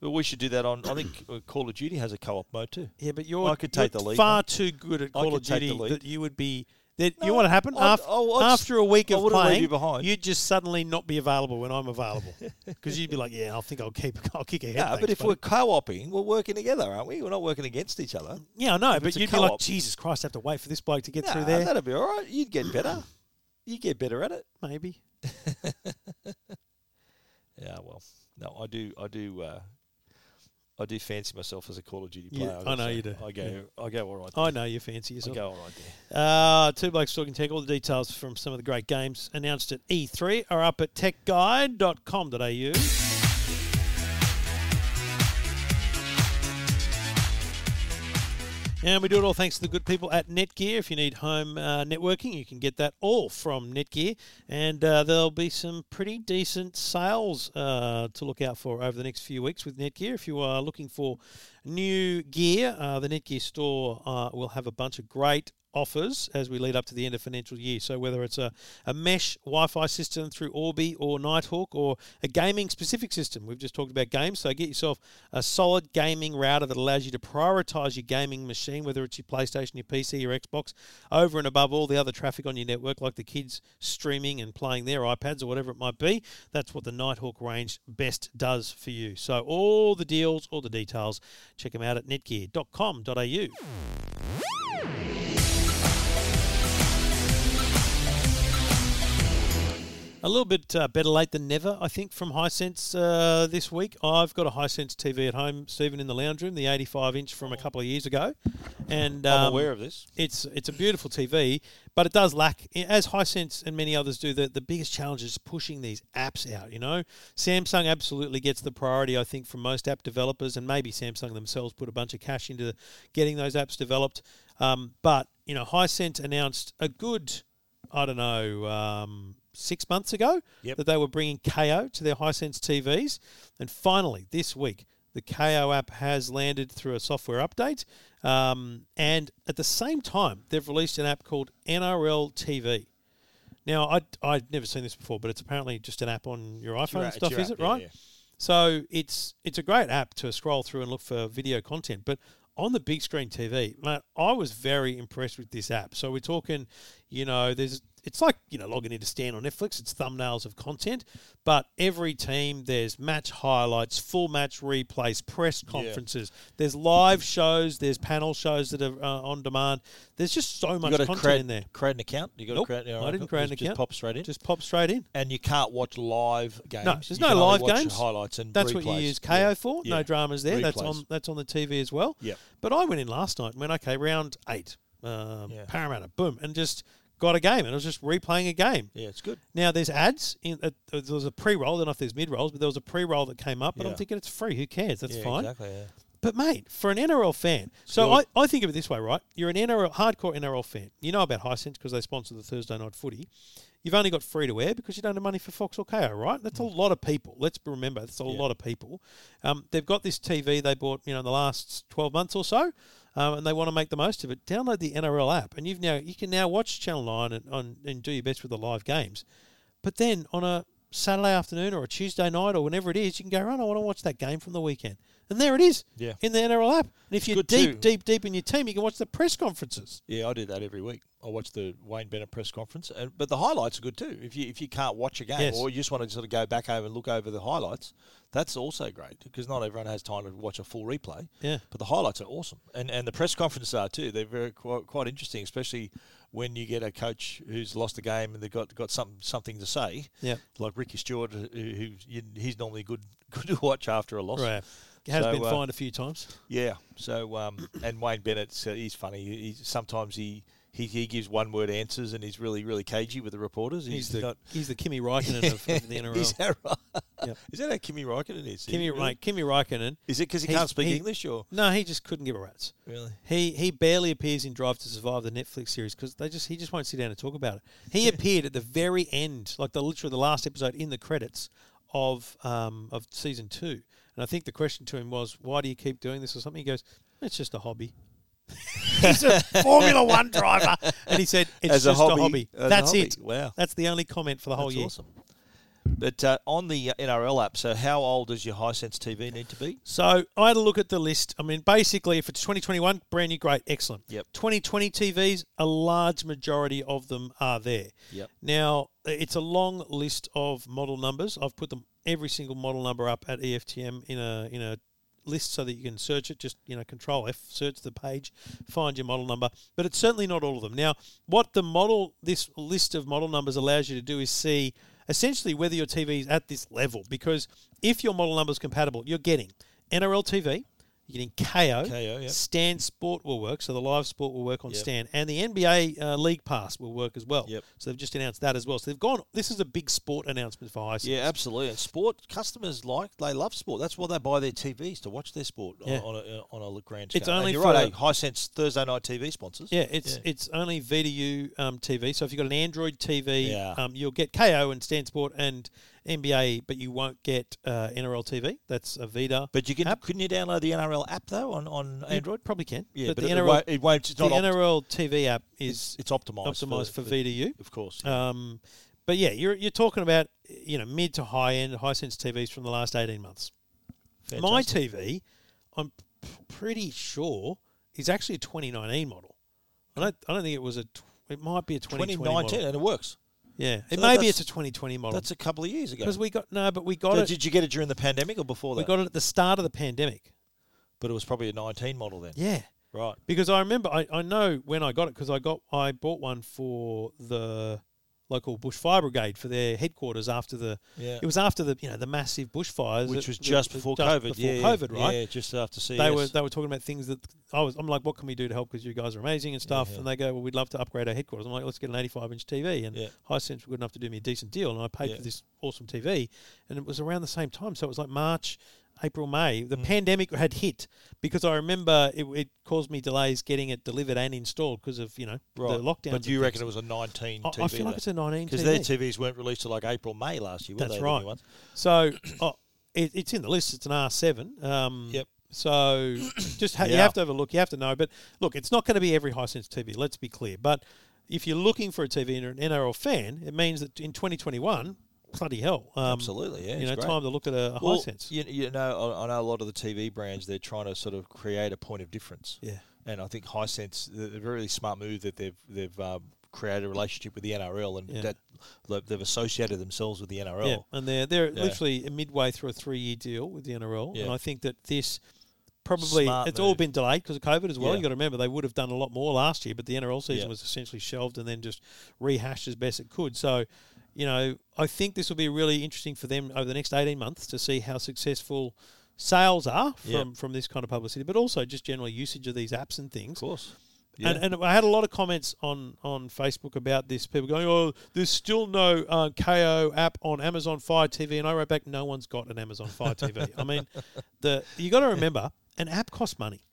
Speaker 2: Well, we should do that on. I think uh, Call of Duty has a co-op mode too.
Speaker 1: Yeah, but you're,
Speaker 2: I could take
Speaker 1: you're
Speaker 2: the lead,
Speaker 1: far too good at
Speaker 2: I
Speaker 1: Call
Speaker 2: could
Speaker 1: of
Speaker 2: take the
Speaker 1: Duty
Speaker 2: lead.
Speaker 1: that you would be. That you
Speaker 2: No,
Speaker 1: want to happen
Speaker 2: I'd-
Speaker 1: after,
Speaker 2: oh, I'd s-
Speaker 1: after a week
Speaker 2: I
Speaker 1: of
Speaker 2: wouldn't leave
Speaker 1: playing,
Speaker 2: you behind.
Speaker 1: would just suddenly not be available when I'm available because you'd be like, "Yeah, I think I'll keep, I'll kick ahead."
Speaker 2: Yeah, but
Speaker 1: thanks,
Speaker 2: if
Speaker 1: buddy."
Speaker 2: we're co-oping, we're working together, aren't we? We're not working against each other.
Speaker 1: yeah, I know, but
Speaker 2: it's a
Speaker 1: you'd be like,
Speaker 2: co-op-
Speaker 1: "Jesus Christ, I have to wait for this bloke to get
Speaker 2: Nah,
Speaker 1: through there."
Speaker 2: that'd be all right. You'd get better. You'd get better at it.
Speaker 1: Maybe
Speaker 2: Yeah, well, no, I do, I do, uh, I do fancy myself as a Call of Duty
Speaker 1: You-
Speaker 2: player.
Speaker 1: I
Speaker 2: gotta
Speaker 1: know
Speaker 2: say.
Speaker 1: you do,
Speaker 2: I go, I go all right. There.
Speaker 1: I know you fancy
Speaker 2: I
Speaker 1: yourself.
Speaker 2: go all right there.
Speaker 1: Uh, two blokes talking tech. All the details from some of the great games announced at E3 are up at techguide.com.au. And we do it all thanks to the good people at Netgear. If you need home uh, networking, you can get that all from Netgear. And uh, there'll be some pretty decent sales uh, to look out for over the next few weeks with Netgear. If you are looking for new gear, uh, the Netgear store uh, will have a bunch of great offers as we lead up to the end of financial year. So whether it's a, a mesh Wi-Fi system through Orbi or Nighthawk or a gaming specific system, we've just talked about games. So get yourself a solid gaming router that allows you to prioritize your gaming machine, whether it's your PlayStation, your PC, your Xbox, over and above all the other traffic on your network, like the kids streaming and playing their iPads or whatever it might be. That's what the Nighthawk range best does for you. So all the deals, all the details, check them out at netgear.com.au. A little bit uh, better late than never, I think, from Hisense uh, this week. I've got a Hisense TV at home, Stephen, in the lounge room, the 85 inch from a couple of years ago, and um,
Speaker 2: Oh. I'm aware of this.
Speaker 1: It's it's a beautiful TV, but it does lack, as Hisense and many others do, the, the biggest challenge is pushing these apps out. You know, Samsung absolutely gets the priority, I think, from most app developers, and maybe Samsung themselves put a bunch of cash into getting those apps developed. Um, but you know, Hisense announced a good I don't know, um, six months ago
Speaker 2: Yep.
Speaker 1: that they were bringing KO to their Hisense TVs. And finally, this week, the KO app has landed through a software update. Um, and at the same time, they've released an app called NRL TV. Now, I, I'd never seen this before, but it's apparently just an app on your iPhone
Speaker 2: your
Speaker 1: and
Speaker 2: app-
Speaker 1: stuff,
Speaker 2: it's your
Speaker 1: is
Speaker 2: app,
Speaker 1: it,
Speaker 2: yeah,
Speaker 1: right?
Speaker 2: yeah.
Speaker 1: So it's it's a great app to scroll through and look for video content, but on the big screen TV, mate, I was very impressed with this app. So we're talking You know, there's it's like you know logging into Stan on Netflix. It's thumbnails of content, but every team there's match highlights, full match replays, press conferences. There's live shows. There's panel shows that are uh, on demand. There's just so much
Speaker 2: you got to
Speaker 1: content
Speaker 2: create,
Speaker 1: in there.
Speaker 2: create an account. You got
Speaker 1: Nope,
Speaker 2: to create.
Speaker 1: I didn't create an
Speaker 2: just
Speaker 1: account.
Speaker 2: Pop straight in.
Speaker 1: Just pop straight in.
Speaker 2: and you can't watch live games.
Speaker 1: No, there's
Speaker 2: You
Speaker 1: no
Speaker 2: can only
Speaker 1: live
Speaker 2: watch
Speaker 1: games.
Speaker 2: Highlights and
Speaker 1: That's what
Speaker 2: replays.
Speaker 1: you use KO
Speaker 2: Yeah.
Speaker 1: for.
Speaker 2: Yeah.
Speaker 1: No dramas there. That's
Speaker 2: Replays.
Speaker 1: on that's on the TV as well.
Speaker 2: Yep.
Speaker 1: But I went in last night and went, okay, round eight, um,
Speaker 2: Yeah.
Speaker 1: Parramatta, boom, and just got a game, and I was just replaying a game.
Speaker 2: Yeah, it's good.
Speaker 1: Now there's ads. In, uh, there was a pre-roll. I don't know if there's mid-rolls, but there was a pre-roll that came up, and I'm
Speaker 2: Yeah.
Speaker 1: thinking it's free. Who cares? That's
Speaker 2: yeah,
Speaker 1: fine.
Speaker 2: Exactly. Yeah.
Speaker 1: But mate, for an NRL fan, so I,
Speaker 2: good.
Speaker 1: I think of it this way, right? You're an NRL hardcore NRL fan. You know about Hisense because they sponsor the Thursday night footy. You've only got free to air because you don't have money for Fox or KO, right? That's a lot of people. Let's remember, that's a lot of people. Um, they've got this TV they bought, you know, in the last twelve months or so, um, and they want to make the most of it. Download the NRL app, and you've now you can now watch Channel Nine and on, and do your best with the live games. But then on a Saturday afternoon or a Tuesday night or whenever it is, you can go, "Run, I want to watch that game from the weekend." And there it is
Speaker 2: Yeah.
Speaker 1: in the NRL app. And if you're
Speaker 2: good
Speaker 1: deep,
Speaker 2: too.
Speaker 1: deep, deep in your team, you can watch the press conferences.
Speaker 2: Yeah, I do that every week. I watch the Wayne Bennett press conference, and, but the highlights are good too. If you if you can't watch a game
Speaker 1: Yes.
Speaker 2: or you just want to sort of go back over and look over the highlights, that's also great because not everyone has time to watch a full replay.
Speaker 1: Yeah.
Speaker 2: but the highlights are awesome, and and the press conferences are too. They're very quite, quite interesting, especially when you get a coach who's lost a game and they've got got something something to say.
Speaker 1: Yeah.
Speaker 2: like Ricky Stewart, who, who you, he's normally good good to watch after a loss.
Speaker 1: Right. It has
Speaker 2: So,
Speaker 1: been
Speaker 2: uh,
Speaker 1: fined a few times.
Speaker 2: Yeah. So um, and Wayne Bennett, so he's funny. He, he- sometimes he, he he gives one word answers, and he's really really cagey with the reporters.
Speaker 1: He's
Speaker 2: He's,
Speaker 1: the
Speaker 2: not.
Speaker 1: he's the Kimi Raikkonen of, of the
Speaker 2: Is
Speaker 1: NRL.
Speaker 2: that right?
Speaker 1: Yep.
Speaker 2: Is that how Kimi Raikkonen is? Is he
Speaker 1: Kimi,
Speaker 2: really?
Speaker 1: Ra- Kimi Raikkonen.
Speaker 2: Is it because he
Speaker 1: He's-
Speaker 2: can't speak
Speaker 1: he-
Speaker 2: English or
Speaker 1: No, he just couldn't give a rat's.
Speaker 2: really?
Speaker 1: He he barely appears in Drive to Survive, the Netflix series, because they just he just won't sit down and talk about it. He appeared at the very end, like the literally the last episode in the credits of um, of season two. And I think the question to him was, "Why do you keep doing this?" or something. He goes, "It's just a hobby." He's a Formula One driver, and he said, "It's
Speaker 2: As a
Speaker 1: just a
Speaker 2: hobby-
Speaker 1: hobby."
Speaker 2: as a
Speaker 1: That's
Speaker 2: hobby.
Speaker 1: it.
Speaker 2: Wow.
Speaker 1: that's the only comment for the whole
Speaker 2: That's
Speaker 1: year.
Speaker 2: awesome. But uh, on the uh, NRL app, so how old does your Hisense TV need to be?
Speaker 1: So I had a look at the list. I mean, basically, if it's 2021, brand new, great, excellent.
Speaker 2: Yep.
Speaker 1: 2020 TVs, a large majority of them are there.
Speaker 2: Yep.
Speaker 1: Now, it's a long list of model numbers. I've put them every single model number up at E EFTM in a in a list so that you can search it. Just you know, Control F, search the page, find your model number. But it's certainly not all of them. Now, what the model this list of model numbers allows you to do is see essentially whether your TV is at this level. Because if your model number is compatible, you're getting NRL TV, you're getting KO,
Speaker 2: KO, yep.
Speaker 1: Stan Sport will work, so the live sport will work on Stan, and the NBA uh, League Pass will work as well.
Speaker 2: Yep.
Speaker 1: So they've just announced that as well. So they've gone. This is a big sport announcement for Hisense.
Speaker 2: Yeah, absolutely. And sport customers like they love sport. That's why they buy their TVs to watch their sport on-
Speaker 1: Yeah.
Speaker 2: on, a, uh, on a grand scale.
Speaker 1: It's
Speaker 2: And
Speaker 1: only
Speaker 2: you're
Speaker 1: for-
Speaker 2: right. eh, Hisense Thursday night TV sponsors.
Speaker 1: Yeah, it's it's only VDU um, TV. So if you've got an Android TV,
Speaker 2: Yeah.
Speaker 1: um, you'll get KO and Stan Sport and NBA, but you won't get uh, NRL TV. That's a Vita.
Speaker 2: But you can couldn't you download the NRL app though on, on Android?
Speaker 1: probably can.
Speaker 2: Yeah,
Speaker 1: but,
Speaker 2: but,
Speaker 1: the
Speaker 2: it,
Speaker 1: NRL
Speaker 2: won't, it won't. It's
Speaker 1: the
Speaker 2: not opt-
Speaker 1: NRL TV app is
Speaker 2: It's optimized. uh,
Speaker 1: optimized for, VDU.
Speaker 2: Of course.
Speaker 1: Um, but yeah, you're you're talking about you know mid to high end high sense TVs from the last eighteen months. My
Speaker 2: Fantastic.
Speaker 1: TV, I'm p- pretty sure is actually a 2019 model. I don't I don't think it was a. Tw- it might be a 2020
Speaker 2: 2019
Speaker 1: model.
Speaker 2: and it works.
Speaker 1: Yeah, it
Speaker 2: So
Speaker 1: maybe it's
Speaker 2: that's-
Speaker 1: a 2020 model
Speaker 2: That's a couple of years ago.
Speaker 1: because we got no, but we got
Speaker 2: So
Speaker 1: it.
Speaker 2: did you get it during the pandemic or before
Speaker 1: we
Speaker 2: that?
Speaker 1: got it at the start of the pandemic.
Speaker 2: but it was probably a 19 model then.
Speaker 1: Yeah,
Speaker 2: Right.
Speaker 1: because I remember I, I know when I got it because I got I bought one for the local bushfire brigade for their headquarters after the
Speaker 2: Yeah.
Speaker 1: it was after the you know the massive bushfires
Speaker 2: Which
Speaker 1: that-
Speaker 2: was
Speaker 1: that-
Speaker 2: just
Speaker 1: that-
Speaker 2: before
Speaker 1: just
Speaker 2: COVID.
Speaker 1: before
Speaker 2: yeah,
Speaker 1: COVID right
Speaker 2: Yeah, just after E CES.
Speaker 1: they were they were talking about things that I was. I'm like, what can we do to help? Because you guys are amazing and stuff. And they go, well, we'd love to upgrade our headquarters. I'm like, let's get an 85 inch TV. And
Speaker 2: Yeah.
Speaker 1: Hisense were good enough to do me a decent deal, and I paid for
Speaker 2: Yeah.
Speaker 1: this awesome TV. And it was around the same time, so it was like March, April, May.
Speaker 2: Mm.
Speaker 1: The pandemic had hit because I remember it, it caused me delays getting it delivered and installed because of you know
Speaker 2: Right.
Speaker 1: the lockdown.
Speaker 2: But do you reckon it was a 19
Speaker 1: I,
Speaker 2: TV?
Speaker 1: I feel like it's a 19
Speaker 2: Because
Speaker 1: TV.
Speaker 2: their TVs weren't released till like April, May last year, were
Speaker 1: That's
Speaker 2: they? the new
Speaker 1: right.
Speaker 2: ones?
Speaker 1: So oh, it, it's in the list. It's an R7. Um,
Speaker 2: Yep.
Speaker 1: So just ha- you
Speaker 2: Yeah.
Speaker 1: have to have a look. You have to know. But look, it's not going to be every high sense TV. Let's be clear. But if you're looking for a TV and you're an NRL fan, it means that in 2021, bloody hell, um,
Speaker 2: Absolutely, yeah,
Speaker 1: you
Speaker 2: it's
Speaker 1: know,
Speaker 2: great.
Speaker 1: time to look at a, a
Speaker 2: Well,
Speaker 1: high sense.
Speaker 2: You, you know, I, I know a lot of the TV brands, they're trying to sort of create a point of difference.
Speaker 1: Yeah.
Speaker 2: And I think Hisense, the, the really smart move that they've they've um, created a relationship with the NRL and
Speaker 1: Yeah.
Speaker 2: that like, they've associated themselves with the NRL.
Speaker 1: Yeah, and they're they're
Speaker 2: Yeah.
Speaker 1: literally midway through a three-year deal with the NRL, and
Speaker 2: Yeah.
Speaker 1: I think that this probably
Speaker 2: Smart
Speaker 1: it's all
Speaker 2: move.
Speaker 1: been delayed because of COVID as well.
Speaker 2: Yeah.
Speaker 1: You got to remember they would have done a lot more last year, but the NRL season
Speaker 2: Yeah.
Speaker 1: was essentially shelved and then just rehashed as best it could. So, you know, I think this will be really interesting for them over the next eighteen months to see how successful sales are from
Speaker 2: Yeah.
Speaker 1: from this kind of publicity, but also just general usage of these apps and things.
Speaker 2: Of course. Yeah.
Speaker 1: And, and I had a lot of comments on, on Facebook about this. People going, "Oh, there's still no uh, KO app on Amazon Fire TV," and I wrote back, "No one's got an Amazon Fire TV." I mean, the you got to remember, an app costs money,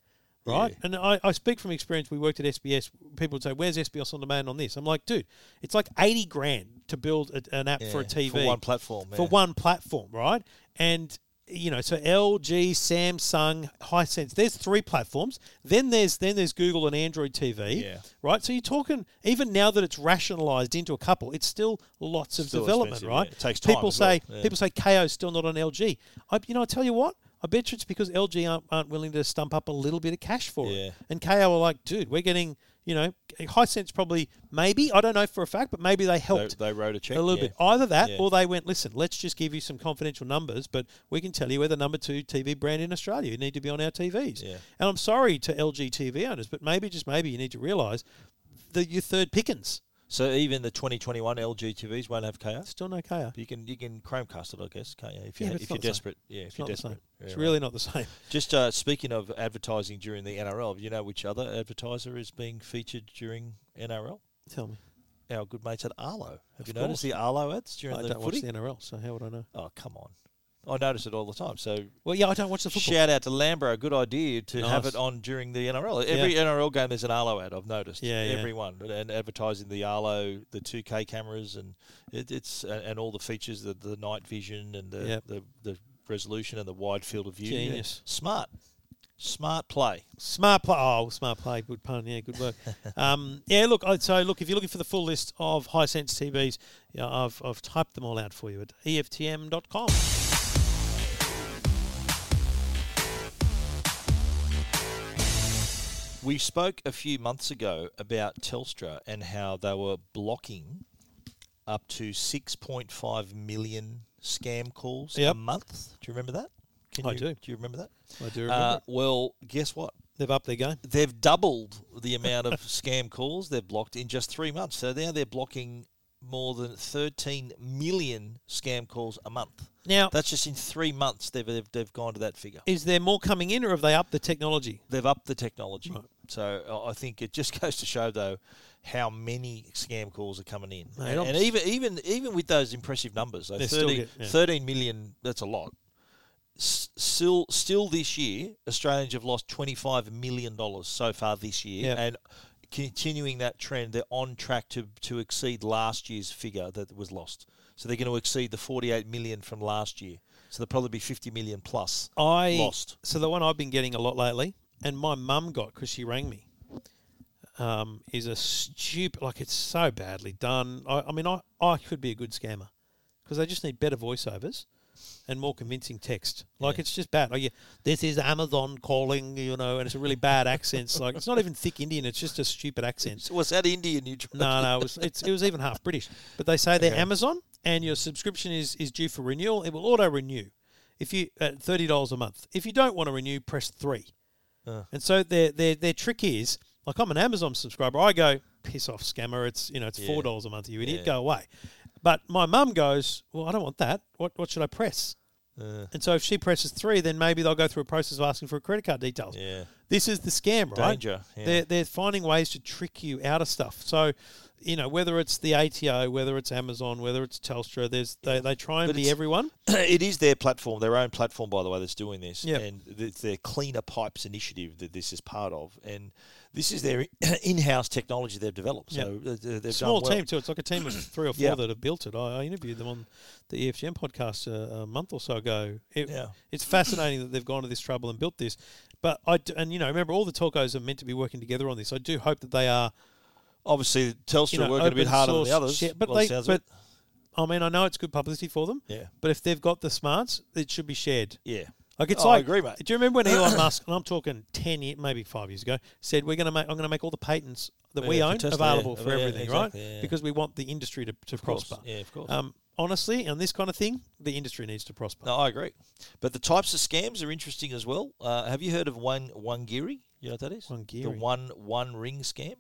Speaker 1: right?
Speaker 2: Yeah.
Speaker 1: And I, I speak from experience. We worked at SBS. People would say, "Where's SBS on demand on this?" I'm like, "Dude, it's like eighty grand to build a, an app for a
Speaker 2: Yeah,
Speaker 1: TV
Speaker 2: For one platform.
Speaker 1: for
Speaker 2: yeah.
Speaker 1: one platform, right? And you know, so LG, Samsung, Hisense. There's three platforms. Then there's then there's Google and Android TV,
Speaker 2: Yeah.
Speaker 1: right? So you're talking even now that it's rationalized into a couple, it's still lots of
Speaker 2: Still
Speaker 1: development,
Speaker 2: expensive,
Speaker 1: right?
Speaker 2: yeah. It takes time
Speaker 1: People
Speaker 2: as well,
Speaker 1: say
Speaker 2: yeah.
Speaker 1: people say KO's still not on LG. I, you know, I tell you what. I bet you it's because LG aren't, aren't willing to stump up a little bit of cash for
Speaker 2: Yeah.
Speaker 1: it. And KO are like, dude, we're getting, you know, Hisense probably, maybe, I don't know for a fact, but maybe they
Speaker 2: They,
Speaker 1: helped
Speaker 2: they wrote a check.
Speaker 1: a little
Speaker 2: yeah.
Speaker 1: bit. Either that,
Speaker 2: Yeah.
Speaker 1: or they went, listen, let's just give you some confidential numbers, but we can tell you we're the number two TV brand in Australia. You need to be on our TVs.
Speaker 2: Yeah.
Speaker 1: And I'm sorry to LG TV owners, but maybe, just maybe, you need to realise that your third pickings.
Speaker 2: So even the 2021 LG TVs won't have KO.
Speaker 1: Still no KO.
Speaker 2: You can you can Chromecast it, I guess, can't you? If, you
Speaker 1: Yeah, but it's
Speaker 2: if you're
Speaker 1: not the same.
Speaker 2: desperate, yeah. If
Speaker 1: It's
Speaker 2: you're
Speaker 1: not the same.
Speaker 2: desperate, Yeah,
Speaker 1: it's
Speaker 2: right.
Speaker 1: really not the same.
Speaker 2: Just uh, speaking of advertising during the NRL, you know which other advertiser is being featured during NRL?
Speaker 1: Tell me.
Speaker 2: Our good mates at Arlo. Have
Speaker 1: Of
Speaker 2: you noticed the Arlo ads during
Speaker 1: I
Speaker 2: the
Speaker 1: don't watch
Speaker 2: footy?
Speaker 1: the NRL, so how would I know?
Speaker 2: Oh come on! I notice it all the time. So
Speaker 1: Well, yeah, I don't watch the football.
Speaker 2: shout out to Lambro, good idea to have
Speaker 1: Nice.
Speaker 2: it on during the NRL. Every NRL game there's an Arlo ad. I've noticed.
Speaker 1: Yeah, yeah.
Speaker 2: everyone and advertising the Arlo, the 2K cameras, and it, it's and all the features, the, the night vision and the,
Speaker 1: Yep.
Speaker 2: the the resolution and the wide field of view. Yeah.
Speaker 1: Genius.
Speaker 2: smart, smart play.
Speaker 1: Smart play. Oh, smart play. Good pun. Yeah, good work. um, yeah, look. I- So, look, if you're looking for the full list of high sense TVs, yeah, I've, I've typed them all out for you at E EFTM.com.
Speaker 2: We spoke a few months ago about Telstra and how they were blocking up to 6.5 million scam calls a
Speaker 1: Yep.
Speaker 2: month. Do you remember that? Can
Speaker 1: I
Speaker 2: you,
Speaker 1: do.
Speaker 2: Do you remember that?
Speaker 1: I do remember.
Speaker 2: Uh, well, guess what?
Speaker 1: They've upped their game.
Speaker 2: They've doubled the amount of scam calls they've blocked in just three months. So now they're blocking more than 13 million scam calls a month.
Speaker 1: Now,
Speaker 2: That's just in three months they've, they've, they've gone to that figure.
Speaker 1: is there more coming in, or have they upped the technology?
Speaker 2: they've upped the technology. So I- I think it just goes to show, though, how many scam calls are coming in,
Speaker 1: Mate,
Speaker 2: and,
Speaker 1: I'm
Speaker 2: and
Speaker 1: s-
Speaker 2: even even even with those impressive numbers, so
Speaker 1: They're still
Speaker 2: 13,
Speaker 1: get- yeah.
Speaker 2: 13 million, that's a lot. S- Still, still this year, Australians have lost twenty five million dollars so far this year,
Speaker 1: Yeah.
Speaker 2: and continuing that trend, they're on track to to exceed last year's figure that was lost. So they're going to exceed the forty eight million from last year. So they'll probably be fifty million plus
Speaker 1: I
Speaker 2: lost.
Speaker 1: So the one I've been getting a lot lately, and my mum got because she rang me, um, is a stupid. Like it's so badly done. I, I mean, I I could be a good scammer because they just need better voiceovers and more convincing text. Like it's just bad. Like yeah, this is Amazon calling, you know, and it's a really bad accent. It's like it's not even thick Indian. It's just a stupid accent.
Speaker 2: So was that Indian? You tried?
Speaker 1: No, no, it was it's, it was even half British. But they say they're Amazon, and your subscription is is due for renewal. It will auto renew if you at thirty dollars a month. If you don't want to renew, press three. And so their their their trick is like I'm an Amazon subscriber. I go piss off scammer. It's you know it's four dollars a month. You idiot, go away. But my mum goes, well, I don't want that. What what should I press? And so if she presses three, then maybe they'll go through a process of asking for credit card details.
Speaker 2: Yeah.
Speaker 1: This is the scam, right?
Speaker 2: Danger, yeah.
Speaker 1: They're, they're finding ways to trick you out of stuff. So, you know, whether it's the ATO, whether it's Amazon, whether it's Telstra, there's they, they try and
Speaker 2: But
Speaker 1: be
Speaker 2: it's-
Speaker 1: everyone.
Speaker 2: it is their platform, their own platform, by the way, that's doing this,
Speaker 1: Yep.
Speaker 2: and it's their Cleaner Pipes initiative that this is part of, and this is their in-house technology they've developed. So uh, they- they've
Speaker 1: Small
Speaker 2: done well.
Speaker 1: team too. It's like a team of three or four
Speaker 2: Yeah.
Speaker 1: that have built it. I, I interviewed them on the E EFGM podcast a, a month or so ago. It,
Speaker 2: Yeah.
Speaker 1: It's fascinating that they've gone to this trouble and built this. But I d- and you know remember all the telcos are meant to be working together on this. I do hope that they are.
Speaker 2: Obviously, Telstra
Speaker 1: You know,
Speaker 2: working a bit
Speaker 1: open
Speaker 2: harder than the
Speaker 1: source
Speaker 2: others,
Speaker 1: shit, but
Speaker 2: by the
Speaker 1: they-
Speaker 2: sounds of it.
Speaker 1: I mean I know it's good publicity for them.
Speaker 2: Yeah.
Speaker 1: But if they've got the smarts, it should be shared.
Speaker 2: yeah,
Speaker 1: Like it's
Speaker 2: Oh, I
Speaker 1: like,
Speaker 2: agree, mate.
Speaker 1: do you remember when Elon Musk, and I'm talking ten years, maybe five years ago, said we're gonna make, I'm gonna make all the patents that
Speaker 2: Yeah,
Speaker 1: we
Speaker 2: for
Speaker 1: own
Speaker 2: Tesla,
Speaker 1: available
Speaker 2: yeah.
Speaker 1: for
Speaker 2: Yeah,
Speaker 1: everything,
Speaker 2: exactly,
Speaker 1: right?
Speaker 2: yeah.
Speaker 1: Because we want the industry to, to
Speaker 2: course,
Speaker 1: prosper.
Speaker 2: yeah, of course. Oh,
Speaker 1: Um, honestly, on this kind of thing, the industry needs to prosper.
Speaker 2: No, I agree. But the types of scams are interesting as well. Uh, have you heard of one wangiri? You know what that is? The
Speaker 1: Wangiri.
Speaker 2: one one ring scam,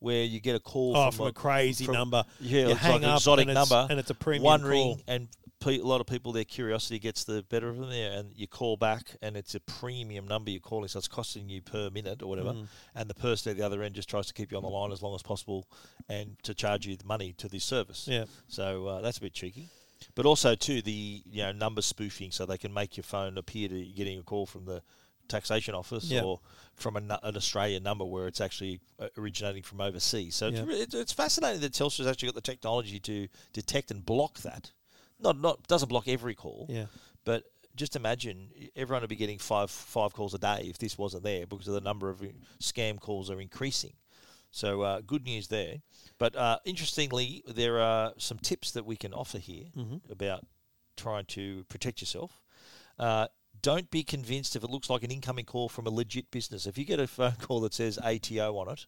Speaker 2: where you get a call
Speaker 1: Oh,
Speaker 2: from,
Speaker 1: from a crazy
Speaker 2: from-
Speaker 1: number.
Speaker 2: Yeah,
Speaker 1: You
Speaker 2: it's
Speaker 1: hang
Speaker 2: like an
Speaker 1: up
Speaker 2: exotic
Speaker 1: and it's-
Speaker 2: number,
Speaker 1: and it's a premium
Speaker 2: one
Speaker 1: call.
Speaker 2: ring, and pe- a lot of people their curiosity gets the better of them there, and you call back, and it's a premium number you're calling, so it's costing you per minute or whatever,
Speaker 1: Hmm.
Speaker 2: and the person at the other end just tries to keep you on the line as long as possible, and to charge you the money to this service.
Speaker 1: Yeah.
Speaker 2: So uh, that's a bit cheeky. But also too the you know number spoofing, so they can make your phone appear to you getting a call from the taxation office
Speaker 1: Yeah.
Speaker 2: or from an, an Australian number where it's actually uh, originating from overseas. So
Speaker 1: Yeah.
Speaker 2: it's, re- it's, it's fascinating that Telstra's actually got the technology to detect and block that. Not not doesn't block every call,
Speaker 1: Yeah.
Speaker 2: but just imagine e, everyone would be getting five five calls a day if this wasn't there because of the number of uh, scam calls are increasing. So uh, good news there. But uh, interestingly, there are some tips that we can offer here about trying to protect yourself. Uh, don't be convinced if it looks like an incoming call from a legit business. If you get a phone call that says ATO on it,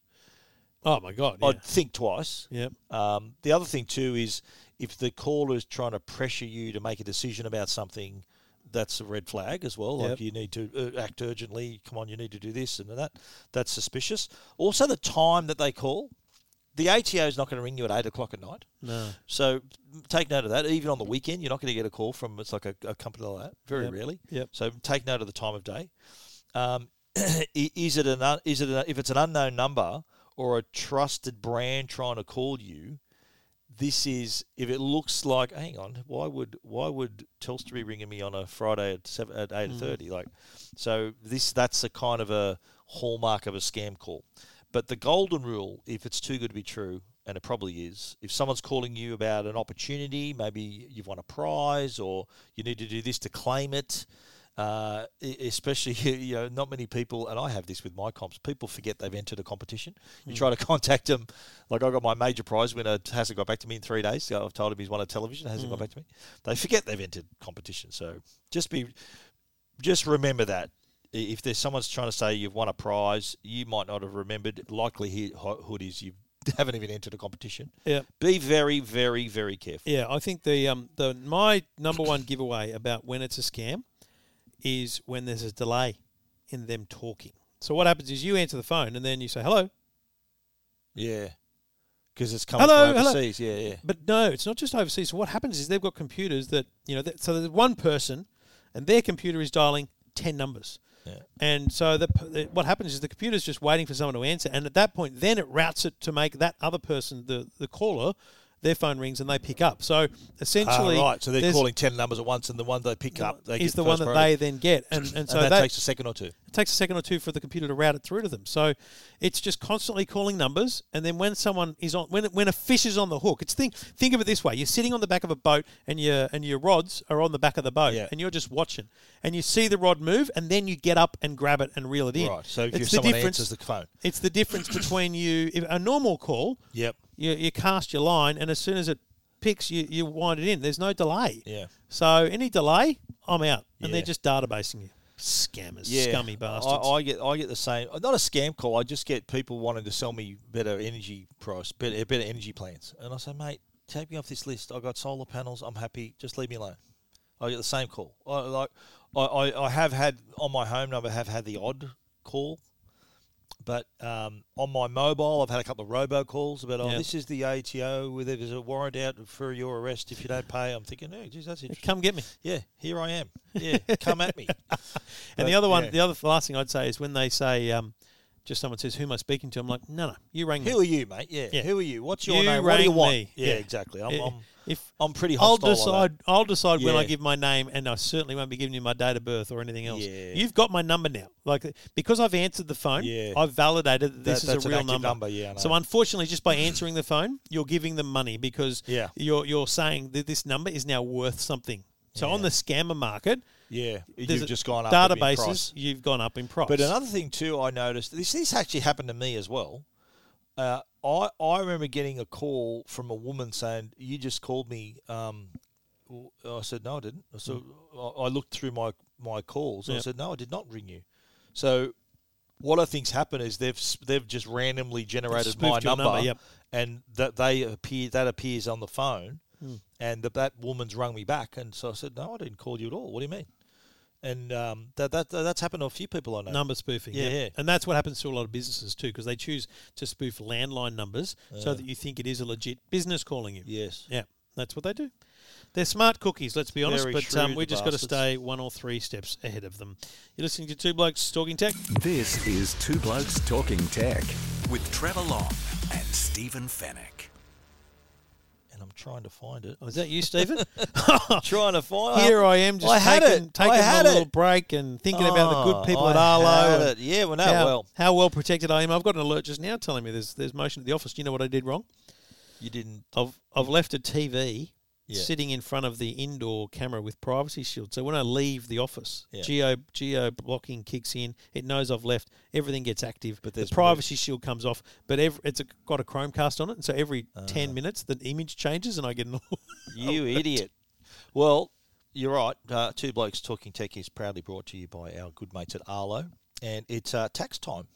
Speaker 1: Oh my god.
Speaker 2: I'd think twice.
Speaker 1: Yeah. Yep.
Speaker 2: Um, the other thing too is if the caller is trying to pressure you to make a decision about something, that's a red flag as well. Like
Speaker 1: Yep.
Speaker 2: you need to uh, act urgently. Come on, you need to do this and that. That's suspicious. Also, the time that they call, the ATO is not going to ring you at eight o'clock at night.
Speaker 1: No.
Speaker 2: So take note of that. Even on the weekend, you're not going to get a call from it's like a, a company like that. Very
Speaker 1: Yep.
Speaker 2: rarely.
Speaker 1: Yep.
Speaker 2: So take note of the time of day. Um, i- is it an un, is it an, if it's an unknown number or a trusted brand trying to call you? This is if it looks like. Hang on, why would why would Telstra be ringing me on a Friday at seven at eight thirty? Like, so this that's a kind of a hallmark of a scam call. But the golden rule, if it's too good to be true, and it probably is, if someone's calling you about an opportunity, maybe you've won a prize or you need to do this to claim it. Uh, e- especially, you know, not many people, and I have this with my comps. People forget they've entered a competition. You
Speaker 1: Hmm.
Speaker 2: try to contact them, like I got my major prize winner hasn't got back to me in three days. So I've told him he's won a television, hasn't
Speaker 1: Hmm.
Speaker 2: got back to me. They forget they've entered competition. So just be just remember that I- if there's someone's trying to say you've won a prize, you might not have remembered. Likelihood is you haven't even entered a competition.
Speaker 1: Yeah.
Speaker 2: Be very, very, very careful.
Speaker 1: Yeah, I think the um the my number one giveaway about when it's a scam is when there's a delay in them talking. So what happens is you answer the phone and then you say hello,
Speaker 2: Yeah, because it's coming
Speaker 1: Hello,
Speaker 2: from
Speaker 1: hello.
Speaker 2: overseas. Yeah, yeah.
Speaker 1: but no, it's not just overseas. So what happens is they've got computers that you know. That, so there's one person, and their computer is dialing ten numbers.
Speaker 2: Yeah.
Speaker 1: And so the, p- the, what happens is the computer's just waiting for someone to answer, and at that point, then it routes it to make that other person, the the caller, their phone rings and they pick up. So essentially,
Speaker 2: Ah, right. So they're
Speaker 1: there's-
Speaker 2: calling ten numbers at once, and the one they pick up they
Speaker 1: is
Speaker 2: get
Speaker 1: the one
Speaker 2: first
Speaker 1: that
Speaker 2: priority.
Speaker 1: they then get, and and so
Speaker 2: and that,
Speaker 1: that
Speaker 2: takes a second or two.
Speaker 1: it takes a second or two for the computer to route it through to them. So it's just constantly calling numbers, and then when someone is on, when when a fish is on the hook, it's think think of it this way: you're sitting on the back of a boat, and your and your rods are on the back of the boat,
Speaker 2: Yeah.
Speaker 1: and you're just watching, and you see the rod move, and then you get up and grab it and reel it in.
Speaker 2: Right. So if
Speaker 1: it's the
Speaker 2: someone
Speaker 1: difference.
Speaker 2: answers the phone.
Speaker 1: it's the difference between you if a normal call.
Speaker 2: Yep.
Speaker 1: You, you cast your line, and as soon as it picks, you you wind it in. There's no delay.
Speaker 2: Yeah.
Speaker 1: So any delay, I'm out, and they're
Speaker 2: Yeah.
Speaker 1: just databasing you. Scammers, scummy bastards.
Speaker 2: I, I get I get the same. Not a scam call. I just get people wanting to sell me better energy price, better better energy plans, and I say, mate, take me off this list. I got solar panels. I'm happy. Just leave me alone. I get the same call. I like I, I, I have had on my home number have had the odd call, but um, on my mobile I've had a couple of robo calls about oh
Speaker 1: Yeah.
Speaker 2: this is the ATO where there's a warrant out for your arrest if you don't pay. I'm thinking, oh, geez, that's interesting.
Speaker 1: Come get me.
Speaker 2: Yeah, here I am. Yeah, come at me.
Speaker 1: And the
Speaker 2: But,
Speaker 1: other one,
Speaker 2: yeah.
Speaker 1: the other the last thing I'd say is when they say, um, just someone says, "Who am I speaking to?" I'm like, "No, no, you rang
Speaker 2: Who
Speaker 1: me.
Speaker 2: are you, mate? Yeah.
Speaker 1: Yeah.
Speaker 2: Who are you? What's your
Speaker 1: You
Speaker 2: name? What do you
Speaker 1: rang
Speaker 2: want?
Speaker 1: me.
Speaker 2: Yeah,
Speaker 1: Yeah.
Speaker 2: exactly. I'm,
Speaker 1: I-
Speaker 2: I'm,
Speaker 1: if
Speaker 2: I'm pretty
Speaker 1: I'll
Speaker 2: hostile. like
Speaker 1: decide, I'll decide when I
Speaker 2: Yeah.
Speaker 1: give my name, and I certainly won't be giving you my date of birth or anything else.
Speaker 2: Yeah.
Speaker 1: You've got my number now, like because I've answered the phone.
Speaker 2: Yeah.
Speaker 1: I've validated that
Speaker 2: that.
Speaker 1: this is
Speaker 2: That- that's
Speaker 1: a
Speaker 2: an
Speaker 1: real
Speaker 2: active number. Yeah, I know.
Speaker 1: So unfortunately, just by answering the phone, you're giving them money because
Speaker 2: Yeah.
Speaker 1: you're you're saying that this number is now worth something. So on the scammer market,
Speaker 2: yeah,
Speaker 1: there's
Speaker 2: you've
Speaker 1: a-
Speaker 2: just gone up in
Speaker 1: databases.
Speaker 2: price.
Speaker 1: You've gone up in price.
Speaker 2: But another thing too, I noticed this. This actually happened to me as well. Uh, I I remember getting a call from a woman saying, "You just called me." Um, w- I said, "No, I didn't." So I I looked through my my calls. and I
Speaker 1: Mm. Yeah.
Speaker 2: said, "No, I did not ring you." So what I think's happened is they've s- they've just randomly generated
Speaker 1: spoofed
Speaker 2: my
Speaker 1: your
Speaker 2: number,
Speaker 1: number, yep.
Speaker 2: and that they appear that appears on the phone,
Speaker 1: Hmm.
Speaker 2: and that that woman's rung me back, and so I said, no, I didn't call you at all. What do you mean? And um, that, that that's happened to a few people I know.
Speaker 1: Number spoofing,
Speaker 2: Yeah,
Speaker 1: yeah,
Speaker 2: yeah.
Speaker 1: and that's what happens to a lot of businesses too, because they choose to spoof landline numbers so that you think it is a legit business calling you.
Speaker 2: Yes.
Speaker 1: Yeah, that's what they do. They're smart cookies, let's be honest,
Speaker 2: Very
Speaker 1: but um,
Speaker 2: shrewd
Speaker 1: we just got to
Speaker 2: bastards.
Speaker 1: stay one or three steps ahead of them. You're listening to Two Blokes Talking Tech.
Speaker 3: This is Two Blokes Talking Tech with Trevor Long and Stephen Fennec.
Speaker 2: And I'm trying to find it.
Speaker 1: Oh, is that you, Stephen?
Speaker 2: trying to find
Speaker 1: Here I am, just
Speaker 2: I had
Speaker 1: taking,
Speaker 2: it.
Speaker 1: taking
Speaker 2: I
Speaker 1: a
Speaker 2: had
Speaker 1: little
Speaker 2: it.
Speaker 1: break and thinking about the
Speaker 2: Oh,
Speaker 1: good people
Speaker 2: I
Speaker 1: at Arlo.
Speaker 2: had
Speaker 1: and
Speaker 2: it. Yeah, well, no,
Speaker 1: how,
Speaker 2: well,
Speaker 1: how well protected I am. I've got an alert just now telling me there's there's motion at the office. Do you know what I did wrong?
Speaker 2: you didn't.
Speaker 1: I've I've left a TV
Speaker 2: Yeah.
Speaker 1: sitting in front of the indoor camera with privacy shield. So when I leave the office,
Speaker 2: Yeah.
Speaker 1: geo geo blocking kicks in. It knows I've left. Everything gets active. But the
Speaker 2: there's
Speaker 1: privacy shield comes off. But ev it's a, got a Chromecast on it, and so every
Speaker 2: Ah.
Speaker 1: ten minutes the image changes, and I get an.
Speaker 2: You
Speaker 1: Oh,
Speaker 2: idiot. Well, you're right. Uh, Two Blokes Talking Tech is proudly brought to you by our good mates at Arlo, and it's uh, tax time.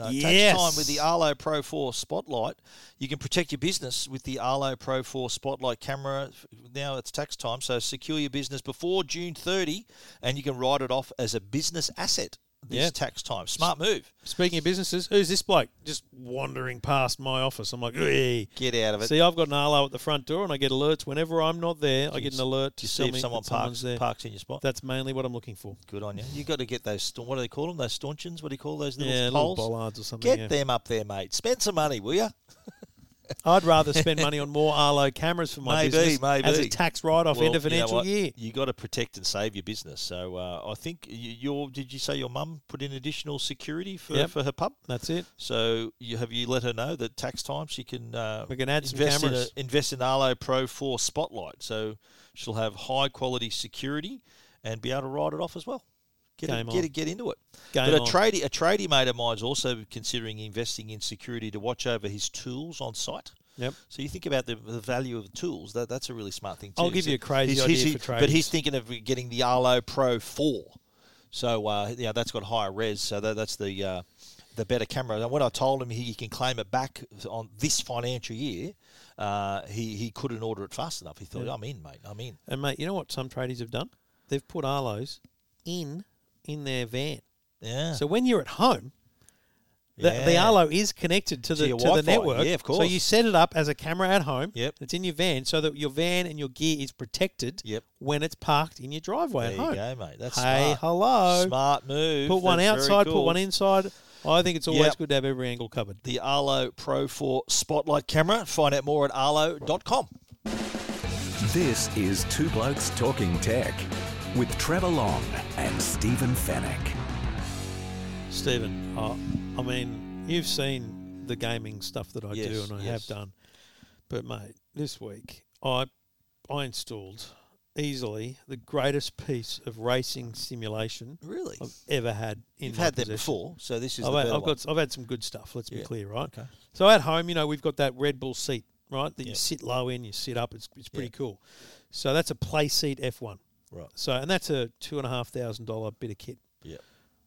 Speaker 2: Uh,
Speaker 1: Yes.
Speaker 2: Tax time with the Arlo Pro 4 Spotlight. You can protect your business with the Arlo Pro 4 Spotlight camera. Now it's tax time, so secure your business before June 30, and you can write it off as a business asset this
Speaker 1: Yeah.
Speaker 2: tax time. Smart move.
Speaker 1: Speaking of businesses, who's this bloke just wandering past my office? I'm like, "Hey."
Speaker 2: Get out of it.
Speaker 1: See, I've got an Arlo at the front door, and I get alerts whenever I'm not there. I get an alert
Speaker 2: Do you
Speaker 1: to
Speaker 2: see
Speaker 1: tell
Speaker 2: if
Speaker 1: me
Speaker 2: someone
Speaker 1: that someone's
Speaker 2: parks,
Speaker 1: there.
Speaker 2: parks in your spot?
Speaker 1: That's mainly what I'm looking for.
Speaker 2: Good on you. You got to get those. staun- What do they call them? Those stanchions. What do you call those little
Speaker 1: Yeah, little
Speaker 2: poles?
Speaker 1: bollards or something.
Speaker 2: Get
Speaker 1: yeah.
Speaker 2: them up there, mate. Spend some money, will you?
Speaker 1: I'd rather spend money on more Arlo cameras for my
Speaker 2: Maybe,
Speaker 1: business as a
Speaker 2: maybe.
Speaker 1: tax write-off end of financial year.
Speaker 2: You got to protect and save your business. So uh, I think you, your did you say your mum put in additional security for,
Speaker 1: Yep.
Speaker 2: for her pub?
Speaker 1: That's it.
Speaker 2: So you have you let her know that tax time she can uh,
Speaker 1: We can add some
Speaker 2: invest in
Speaker 1: cameras.
Speaker 2: a, invest in Arlo Pro Four Spotlight. So she'll have high quality security and be able to write it off as well. Get
Speaker 1: Game
Speaker 2: it, get
Speaker 1: on.
Speaker 2: it, get into it.
Speaker 1: Game
Speaker 2: but a
Speaker 1: on.
Speaker 2: tradie a tradie mate of mine's also considering investing in security to watch over his tools on site.
Speaker 1: Yep.
Speaker 2: So you think about the, the value of the tools. That that's a really smart thing. Too.
Speaker 1: I'll give
Speaker 2: So
Speaker 1: you a crazy
Speaker 2: he's-
Speaker 1: idea
Speaker 2: he's-
Speaker 1: for
Speaker 2: But he's
Speaker 1: tradies.
Speaker 2: thinking of getting the Arlo Pro Four. So uh, yeah, that's got higher res. So that, that's the uh, the better camera. And when I told him he, he can claim it back on this financial year, uh, he he couldn't order it fast enough. He thought, I'm in, mate. I'm in.
Speaker 1: And mate, you know what some tradies have done? They've put Arlos in in their van.
Speaker 2: Yeah.
Speaker 1: So when you're at home, the, the
Speaker 2: Yeah.
Speaker 1: Arlo is connected to the
Speaker 2: your
Speaker 1: to the
Speaker 2: Wi-Fi.
Speaker 1: network.
Speaker 2: Yeah, of
Speaker 1: So
Speaker 2: course.
Speaker 1: you set it up as a camera at home.
Speaker 2: Yep.
Speaker 1: It's in your van, so that your van and your gear is protected.
Speaker 2: Yep.
Speaker 1: When it's parked in your driveway
Speaker 2: there
Speaker 1: at
Speaker 2: you
Speaker 1: home.
Speaker 2: go, mate. That's
Speaker 1: Hey,
Speaker 2: smart.
Speaker 1: hello.
Speaker 2: Smart move.
Speaker 1: Put one
Speaker 2: That's very
Speaker 1: outside, put
Speaker 2: cool.
Speaker 1: one inside. I think it's always
Speaker 2: Yep.
Speaker 1: good to have every angle covered.
Speaker 2: The Arlo Pro 4 Spotlight camera. Find out more at arlo.com.
Speaker 3: This is Two Blokes Talking Tech with Trevor Long and Stephen Fennec.
Speaker 1: Stephen, I, I mean, you've seen the gaming stuff that I do
Speaker 2: Yes,
Speaker 1: and I
Speaker 2: yes.
Speaker 1: have done, but mate, this week I I installed easily the greatest piece of racing simulation
Speaker 2: Really?
Speaker 1: I've ever had in
Speaker 2: You've
Speaker 1: my
Speaker 2: had them
Speaker 1: possession.
Speaker 2: before, so this is
Speaker 1: I've,
Speaker 2: the
Speaker 1: had,
Speaker 2: better
Speaker 1: I've
Speaker 2: one.
Speaker 1: got I've had some good stuff. Let's be
Speaker 2: Yeah,
Speaker 1: clear, right?
Speaker 2: okay.
Speaker 1: So at home, you know, we've got that Red Bull seat, right? That you
Speaker 2: Yep.
Speaker 1: sit low in, you sit up. It's it's pretty cool. So that's a play seat F one.
Speaker 2: Right.
Speaker 1: So and that's a two and a half thousand dollar bit of kit.
Speaker 2: Yeah.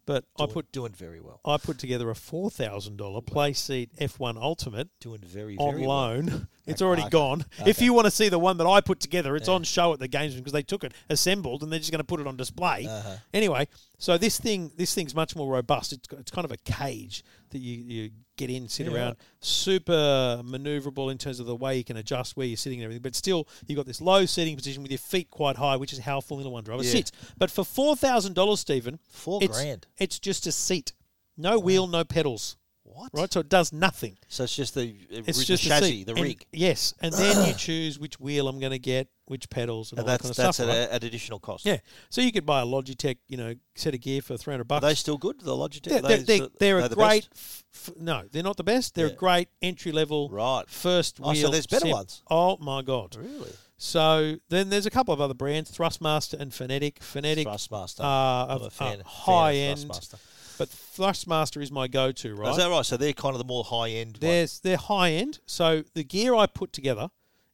Speaker 1: But I
Speaker 2: Doing-
Speaker 1: put
Speaker 2: doing very well.
Speaker 1: I put together a four thousand dollar play seat F one Ultimate
Speaker 2: Doing very, very
Speaker 1: on
Speaker 2: well.
Speaker 1: loan. It's already
Speaker 2: okay,
Speaker 1: gone. If you want to see the one that I put together, it's on show at the games because they took it assembled and they're just going to put it on display.
Speaker 2: Uh-huh.
Speaker 1: Anyway, so this thing this thing's much more robust. It's, it's kind of a cage that you, you get in, sit around, super maneuverable in terms of the way you can adjust where you're sitting and everything. But still, you've got this low sitting position with your feet quite high, which is how a Formula One driver
Speaker 2: Yeah.
Speaker 1: sits. But for four thousand dollars, Stephen,
Speaker 2: Four
Speaker 1: it's,
Speaker 2: grand.
Speaker 1: It's just a seat, no wheel, no pedals.
Speaker 2: What?
Speaker 1: Right, so it does nothing
Speaker 2: So it's just the,
Speaker 1: it's
Speaker 2: original
Speaker 1: just a
Speaker 2: chassis,
Speaker 1: seat.
Speaker 2: the
Speaker 1: And-
Speaker 2: rig.
Speaker 1: yes, and then you choose which wheel I'm going to get, which pedals, and,
Speaker 2: And
Speaker 1: all
Speaker 2: that's
Speaker 1: that kind of
Speaker 2: that's
Speaker 1: stuff.
Speaker 2: at,
Speaker 1: right?
Speaker 2: a, at additional cost.
Speaker 1: Yeah, so you could buy a Logitech, you know, set of gear for three hundred
Speaker 2: Are
Speaker 1: bucks.
Speaker 2: they still good, the Logitech?
Speaker 1: they're,
Speaker 2: Are
Speaker 1: they're,
Speaker 2: they
Speaker 1: they're,
Speaker 2: still-
Speaker 1: they're
Speaker 2: they
Speaker 1: a
Speaker 2: the
Speaker 1: great.
Speaker 2: best?
Speaker 1: F- f- no, they're not the best. They're
Speaker 2: Yeah.
Speaker 1: a great entry level,
Speaker 2: Right.
Speaker 1: First wheel.
Speaker 2: Oh, so there's better
Speaker 1: sim.
Speaker 2: ones.
Speaker 1: Oh my god!
Speaker 2: Really?
Speaker 1: So then there's a couple of other brands, Thrustmaster and Phonetic. Phonetic
Speaker 2: Thrustmaster.
Speaker 1: uh,
Speaker 2: I'm a
Speaker 1: of,
Speaker 2: fan- fan
Speaker 1: uh,
Speaker 2: of
Speaker 1: high end,
Speaker 2: Thrustmaster.
Speaker 1: but Thrustmaster is my go-to. Right?
Speaker 2: Is that right? So they're kind of the more high end one.
Speaker 1: There's they're high end. So the gear I put together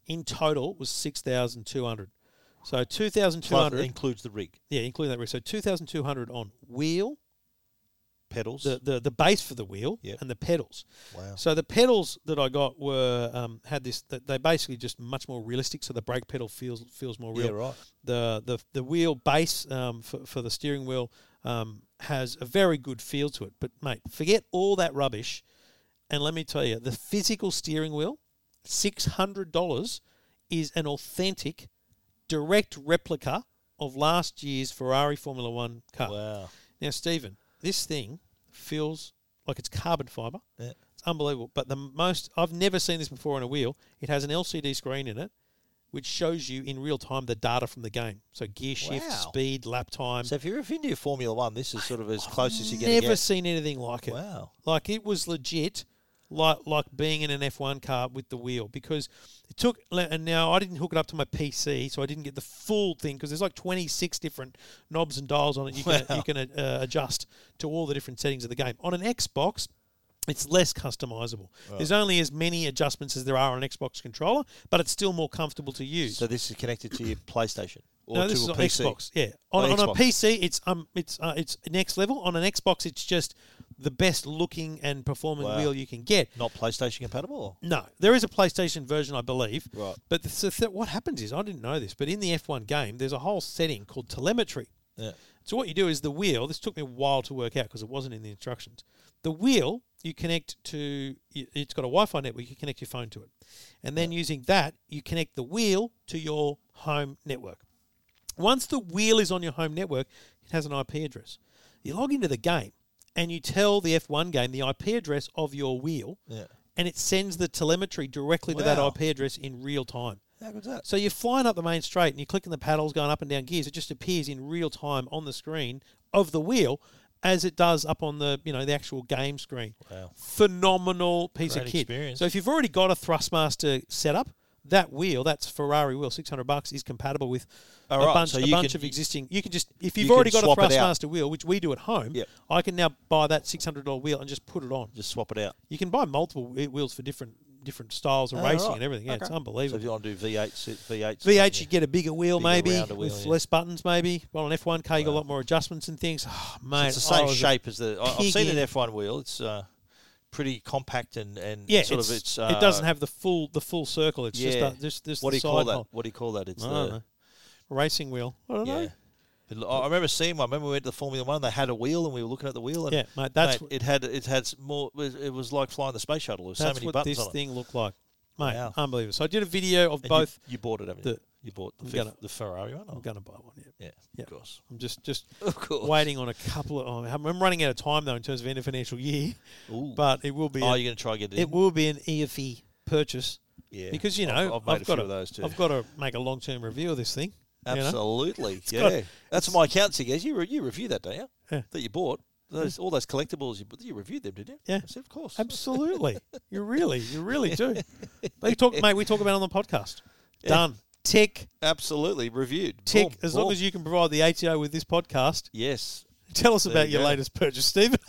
Speaker 1: in total was six thousand two hundred. So two thousand two
Speaker 2: Plus,
Speaker 1: hundred,
Speaker 2: includes the rig.
Speaker 1: yeah, including that rig. So two thousand two hundred on wheel,
Speaker 2: pedals.
Speaker 1: the, the, the base for the wheel
Speaker 2: Yep.
Speaker 1: and the pedals.
Speaker 2: Wow.
Speaker 1: So the pedals that I got were um, had this. that They basically just much more realistic. So the brake pedal feels feels more real.
Speaker 2: Yeah, right.
Speaker 1: The the the wheel base um, for for the steering wheel um, has a very good feel to it. But mate, forget all that rubbish, and let me tell you, the physical steering wheel, six hundred dollars, is an authentic, direct replica of last year's Ferrari Formula One car.
Speaker 2: Wow.
Speaker 1: Now, Stephen, this thing feels like it's carbon fiber.
Speaker 2: Yeah.
Speaker 1: It's unbelievable. But the most I've never seen this before on a wheel. It has an LCD screen in it, which shows you in real time the data from the game. So gear shift,
Speaker 2: Wow.
Speaker 1: speed, lap time.
Speaker 2: So if you're into your Formula One, this is sort of as close as you're going to
Speaker 1: never
Speaker 2: get.
Speaker 1: seen anything like it.
Speaker 2: Wow.
Speaker 1: Like it was legit, like like being in an F1 car with the wheel because it took. And now I didn't hook it up to my PC, so I didn't get the full thing because there's like 26 different knobs and dials on it. You can you can uh, adjust to all the different settings of the game on an Xbox. It's less customizable. There's only as many adjustments as there are on an Xbox controller, but it's still more comfortable to use.
Speaker 2: So this is connected to your PlayStation or
Speaker 1: No,
Speaker 2: to
Speaker 1: this
Speaker 2: a
Speaker 1: is on
Speaker 2: PC.
Speaker 1: Xbox. Yeah, on,
Speaker 2: Oh,
Speaker 1: on a
Speaker 2: Xbox.
Speaker 1: PC, it's um, it's uh, it's next level. On an Xbox, it's just the best looking and performing
Speaker 2: Wow.
Speaker 1: wheel you can get.
Speaker 2: Not PlayStation compatible. Or?
Speaker 1: No, there is a PlayStation version, I believe.
Speaker 2: Right.
Speaker 1: But the, so th- what happens is, I didn't know this, but in the F1 game, there's a whole setting called telemetry.
Speaker 2: Yeah.
Speaker 1: So what you do is the wheel. This took me a while to work out because it wasn't in the instructions. The wheel you connect to. y- It's got a Wi-Fi network. You connect your phone to it, and then using that, you connect the wheel to your home network. Once the wheel is on your home network, it has an IP address. You log into the game and you tell the F1 game the IP address of your wheel,
Speaker 2: Yeah.
Speaker 1: and it sends the telemetry directly to that
Speaker 2: Wow.
Speaker 1: IP address in real time.
Speaker 2: How good's that?
Speaker 1: So you're flying up the main straight and you're clicking the paddles, going up and down gears. It just appears in real time on the screen of the wheel as it does up on the you know the actual game screen.
Speaker 2: Wow.
Speaker 1: Phenomenal piece of
Speaker 2: Great
Speaker 1: kit.
Speaker 2: experience.
Speaker 1: So if you've already got a Thrustmaster setup, that wheel, that's Ferrari wheel, six hundred bucks, is compatible with
Speaker 2: All
Speaker 1: a
Speaker 2: right,
Speaker 1: bunch,
Speaker 2: so
Speaker 1: a
Speaker 2: you
Speaker 1: bunch
Speaker 2: can-
Speaker 1: of existing. You can just if you've
Speaker 2: can
Speaker 1: already got a
Speaker 2: swap it out.
Speaker 1: Thrustmaster wheel, which we do at home,
Speaker 2: Yep.
Speaker 1: I can now buy that six hundred dollar wheel and just put it on.
Speaker 2: Just swap it out.
Speaker 1: You can buy multiple whe- wheels for different different styles of
Speaker 2: Oh,
Speaker 1: racing
Speaker 2: right.
Speaker 1: and everything. Yeah, it's
Speaker 2: Okay. So
Speaker 1: unbelievable.
Speaker 2: if you want to do V8, V8,
Speaker 1: V8, you'd get a bigger wheel,
Speaker 2: Bigger,
Speaker 1: maybe,
Speaker 2: rounder wheel,
Speaker 1: with
Speaker 2: yeah.
Speaker 1: less buttons, maybe. Well, on F1 car, you got a lot more adjustments and things. Oh, mate,
Speaker 2: it's the
Speaker 1: I
Speaker 2: same
Speaker 1: was a-
Speaker 2: shape as the. I- I've
Speaker 1: pig
Speaker 2: seen an
Speaker 1: in.
Speaker 2: F1 wheel. It's uh, pretty compact and and
Speaker 1: yeah,
Speaker 2: sort
Speaker 1: it's,
Speaker 2: of it's. Uh,
Speaker 1: it doesn't have the full the full circle. It's just
Speaker 2: yeah.
Speaker 1: a, just just
Speaker 2: What do
Speaker 1: the
Speaker 2: you
Speaker 1: side
Speaker 2: call that?
Speaker 1: hole.
Speaker 2: What do you call that? It's
Speaker 1: I
Speaker 2: the.
Speaker 1: don't know. Racing wheel. I don't
Speaker 2: Yeah.
Speaker 1: know.
Speaker 2: But l- I I remember seeing one. I remember we went to the Formula One. They had a wheel, and we were looking at the wheel. And
Speaker 1: Yeah, mate, that's wh-
Speaker 2: it had it had s- more. was- It was like flying the space shuttle. There's so
Speaker 1: That's
Speaker 2: many
Speaker 1: what
Speaker 2: buttons
Speaker 1: this
Speaker 2: on it.
Speaker 1: thing looked like, mate.
Speaker 2: Wow.
Speaker 1: Unbelievable. So I did a video of
Speaker 2: And you-
Speaker 1: both.
Speaker 2: You, bought it, haven't you?
Speaker 1: the-
Speaker 2: you bought the,
Speaker 1: I'm
Speaker 2: fifth-
Speaker 1: gonna-
Speaker 2: the Ferrari one.
Speaker 1: I'm
Speaker 2: Or?
Speaker 1: going to buy one. Yeah.
Speaker 2: Yeah,
Speaker 1: Yeah.
Speaker 2: of course.
Speaker 1: I'm just just
Speaker 2: Of course.
Speaker 1: waiting on a couple of. oh, I'm running out of time though in terms of end of financial year,
Speaker 2: Ooh.
Speaker 1: but it will be.
Speaker 2: oh,
Speaker 1: a-
Speaker 2: you're going to try and get it.
Speaker 1: it
Speaker 2: in?
Speaker 1: will be an EFE purchase.
Speaker 2: Yeah.
Speaker 1: because you know
Speaker 2: I've,
Speaker 1: I've,
Speaker 2: I've made a
Speaker 1: got
Speaker 2: few
Speaker 1: to,
Speaker 2: of those too.
Speaker 1: I've got to make a long term review of this thing. you know?
Speaker 2: Absolutely. yeah.
Speaker 1: got-
Speaker 2: That's what my accountant says. You, re- you review that, don't you?
Speaker 1: Yeah.
Speaker 2: That you bought. Those, all those collectibles, you, bu- you reviewed them, did you?
Speaker 1: Yeah.
Speaker 2: I said, of course.
Speaker 1: Absolutely, you really, you really do. They talk, mate. We talk about it on the podcast. Done. Tick,
Speaker 2: Absolutely. Reviewed.
Speaker 1: tick.
Speaker 2: Boom,
Speaker 1: as
Speaker 2: boom.
Speaker 1: long as you can provide the ATO with this podcast,
Speaker 2: Yes.
Speaker 1: tell us about
Speaker 2: you
Speaker 1: your
Speaker 2: go.
Speaker 1: latest purchase, Stephen.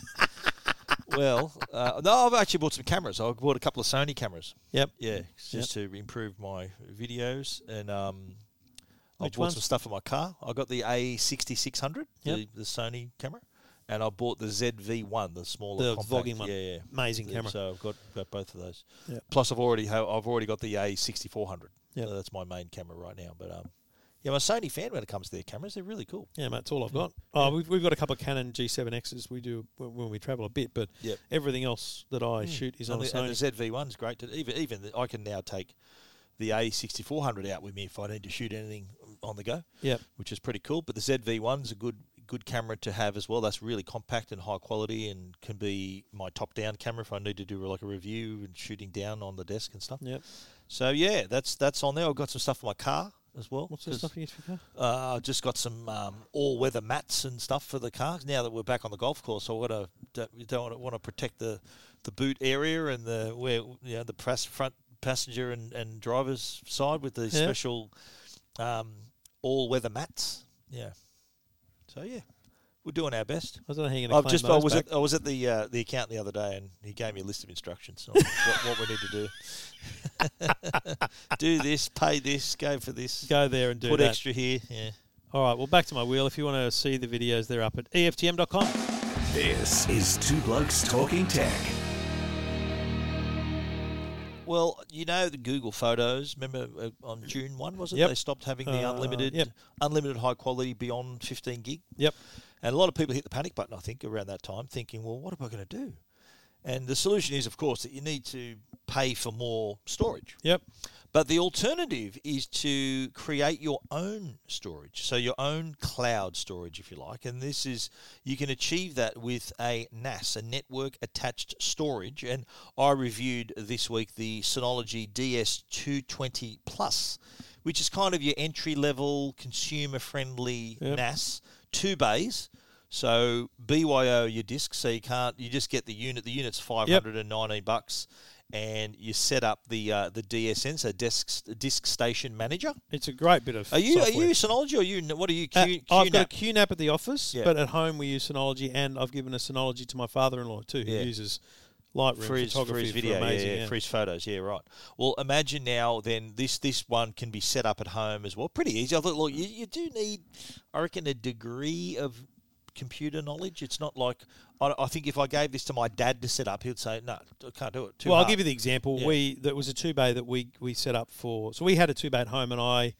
Speaker 2: Well, uh, no, I've actually bought some cameras. I bought a couple of Sony cameras.
Speaker 1: yep.
Speaker 2: Yeah, just to improve my videos and um, I
Speaker 1: Which
Speaker 2: bought some
Speaker 1: ones?
Speaker 2: stuff for my car. I got the A6600, the,
Speaker 1: Yep.
Speaker 2: the Sony camera, and I bought the ZV1, the smaller,
Speaker 1: The
Speaker 2: compact.
Speaker 1: vlogging one.
Speaker 2: Yeah, yeah.
Speaker 1: Amazing
Speaker 2: Yeah,
Speaker 1: camera.
Speaker 2: So I've got, got both of those.
Speaker 1: Yep.
Speaker 2: Plus, I've already ha- I've already got the A6400.
Speaker 1: Yep.
Speaker 2: So that's my main camera right now. But um, yeah, I'm a Sony fan when it comes to their cameras. They're really cool.
Speaker 1: Yeah, mate, that's all I've got. Oh, we've, we've got a couple of Canon G7Xs we do when when we travel a bit, but
Speaker 2: Yep. Hmm.
Speaker 1: everything else that I shoot is on
Speaker 2: and,
Speaker 1: a
Speaker 2: the, and the
Speaker 1: Sony.
Speaker 2: ZV1's great. To, even even the, I can now take the A6400 out with me if I need to shoot anything on the go.
Speaker 1: Yep.
Speaker 2: which is pretty cool. But the ZV1's a good good camera to have as well. That's really compact and high quality, and can be my top down camera if I need to do like a review and shooting down on the desk and stuff.
Speaker 1: Yep.
Speaker 2: So yeah, that's that's on there. I've got some stuff for my car as well.
Speaker 1: What's the
Speaker 2: 'cause,
Speaker 1: stuff you get for your car?
Speaker 2: Uh, I just got some um, all weather mats and stuff for the car. Now that we're back on the golf course, I want to don't, don't want to protect the the boot area and the where you know the press front passenger and, and driver's side with the
Speaker 1: Yeah.
Speaker 2: special um, all weather mats. Yeah. So yeah, we're doing our best.
Speaker 1: I don't know how you're going
Speaker 2: I've
Speaker 1: to
Speaker 2: just
Speaker 1: claim
Speaker 2: I
Speaker 1: those
Speaker 2: was
Speaker 1: back.
Speaker 2: at, I was at the uh, the account the other day and he gave me a list of instructions on what, what we need to do. do this, pay this, go for this,
Speaker 1: Go there and do
Speaker 2: put
Speaker 1: that.
Speaker 2: extra here. Yeah.
Speaker 1: E All right, well, back to my wheel. If you want to see the videos, they're up at EFTM.com.
Speaker 3: This is Two Blokes Talking Tech.
Speaker 2: Well, you know the Google Photos. Remember uh, on June one, was it?
Speaker 1: Yep.
Speaker 2: They stopped having
Speaker 1: Uh,
Speaker 2: the unlimited,
Speaker 1: yep.
Speaker 2: unlimited high quality beyond fifteen gig,
Speaker 1: Yep.
Speaker 2: and a lot of people hit the panic button. I think around that time, thinking, "Well, what am I going to do?" And the solution is, of course, that you need to pay for more storage.
Speaker 1: Yep.
Speaker 2: But the alternative is to create your own storage, so your own cloud storage, if you like. And this is you can achieve that with a NAS, a network attached storage. And I reviewed this week the Synology DS220 Plus, which is kind of your entry level, consumer friendly NAS, two bays. So BYO your disk, so you can't. You just get the unit. The unit's five hundred and nineteen bucks, and you set up the uh, the DSN, so disk disk station manager.
Speaker 1: It's a great bit of.
Speaker 2: Are you
Speaker 1: software.
Speaker 2: are you Synology or you what are you? Q,
Speaker 1: Uh, I've got a
Speaker 2: QNAP?
Speaker 1: QNAP at the office,
Speaker 2: Yeah.
Speaker 1: but at home we use Synology, and I've given a Synology to my father-in-law too, who
Speaker 2: Yeah.
Speaker 1: uses Lightroom
Speaker 2: for his, for
Speaker 1: photography
Speaker 2: his video, yeah,
Speaker 1: amazing.
Speaker 2: yeah,
Speaker 1: yeah.
Speaker 2: for his photos, yeah, right. Well, imagine now then this this one can be set up at home as well, pretty easy. I thought, look, you, you do need, I reckon, a degree of computer knowledge. It's not like I, I think if I gave this to my dad to set up, he'd say, no, I can't do it. Too
Speaker 1: well,
Speaker 2: hard."
Speaker 1: I'll give you the example.
Speaker 2: Yeah.
Speaker 1: We that was a two bay that we we set up for. So we had a two bay at home, and I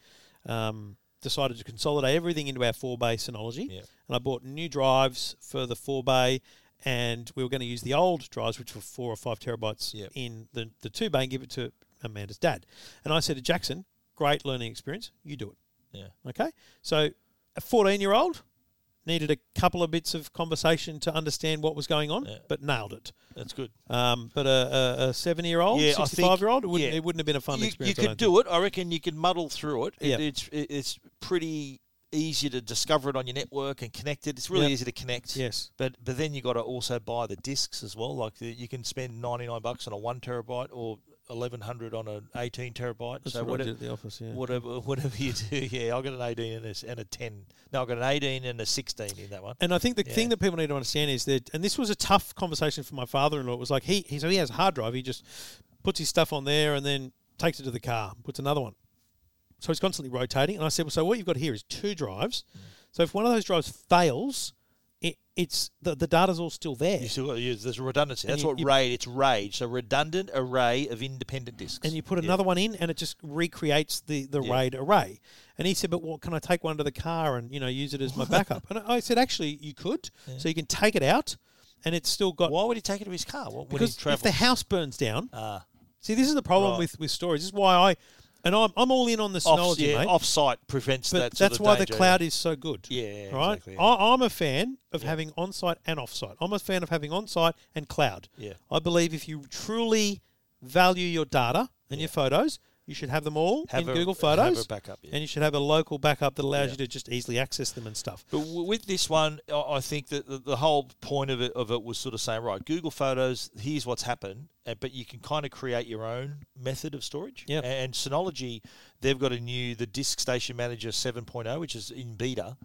Speaker 1: um, decided to consolidate everything into our four bay Synology.
Speaker 2: Yeah.
Speaker 1: And I bought new drives for the four bay, and we were going to use the old drives, which were four or five terabytes,
Speaker 2: Yep.
Speaker 1: in the the two bay, and give it to Amanda's dad. And I said to Jackson, "Great learning experience. You do it."
Speaker 2: Yeah.
Speaker 1: Okay. So a 14 year old needed a couple of bits of conversation to understand what was going on, but nailed it.
Speaker 2: That's good.
Speaker 1: Um, but a, a, a 70 year old,
Speaker 2: Yeah, I think-
Speaker 1: 65 year old, it wouldn't,
Speaker 2: yeah.
Speaker 1: it wouldn't have been a fun
Speaker 2: you,
Speaker 1: experience.
Speaker 2: You could do it. I reckon you could muddle through it. it
Speaker 1: Yeah.
Speaker 2: It's it, it's pretty easy to discover it on your network and connect it. It's really
Speaker 1: Yeah.
Speaker 2: easy to connect.
Speaker 1: Yes.
Speaker 2: But but then you got to also buy the discs as well. Like the, you can spend ninety nine bucks on a one terabyte or eleven hundred on an eighteen terabyte. so
Speaker 1: what I
Speaker 2: whatever,
Speaker 1: did at the office, yeah.
Speaker 2: whatever whatever you do, yeah, I got an eighteen and a, s- and a ten. No, I got an eighteen and a sixteen in that one.
Speaker 1: And I think the thing
Speaker 2: Yeah.
Speaker 1: that people need to understand is that, and this was a tough conversation for my father-in-law. It was like he, he so he has a hard drive. He just puts his stuff on there and then takes it to the car, and puts another one. So he's constantly rotating. And I said, well, so what you've got here is two drives.
Speaker 2: Mm.
Speaker 1: So if one of those drives fails, it, it's the, the data's all still there.
Speaker 2: You still got to use there's redundancy. That's
Speaker 1: you-
Speaker 2: what
Speaker 1: you-
Speaker 2: RAID. It's RAID. So redundant array of independent discs.
Speaker 1: and you put another one in and it just recreates the, the RAID array. And he said, but what can I take one to the car and, you know, use it as my backup? and I said, actually, you could. So you can take it out and it's still got...
Speaker 2: Why would he take it to his car? What, when he
Speaker 1: because if
Speaker 2: travels?
Speaker 1: the house burns down,
Speaker 2: Ah.
Speaker 1: see, this is the problem
Speaker 2: Right.
Speaker 1: with, with storage. This is why I, and I'm, I'm all in on the
Speaker 2: off,
Speaker 1: Synology,
Speaker 2: yeah,
Speaker 1: mate.
Speaker 2: off-site prevents
Speaker 1: but
Speaker 2: that. sort
Speaker 1: that's
Speaker 2: of
Speaker 1: why
Speaker 2: danger.
Speaker 1: the cloud is so good.
Speaker 2: Yeah,
Speaker 1: right.
Speaker 2: exactly.
Speaker 1: I, I'm a fan of having on-site and off-site. I'm a fan of having on-site and cloud.
Speaker 2: Yeah.
Speaker 1: I believe if you truly value your data and your photos, you should have them all
Speaker 2: Have
Speaker 1: in
Speaker 2: a-
Speaker 1: Google
Speaker 2: have a
Speaker 1: Photos.
Speaker 2: backup, yeah.
Speaker 1: And you should have a local backup that allows you to just easily access them and stuff.
Speaker 2: But w- with this one, I I think that the, the whole point of it of it was sort of saying, right, Google Photos, here's what's happened, uh, but you can kind of create your own method of storage.
Speaker 1: Yeah.
Speaker 2: A- And Synology, they've got a new the Disk Station Manager 7.0, which is in beta.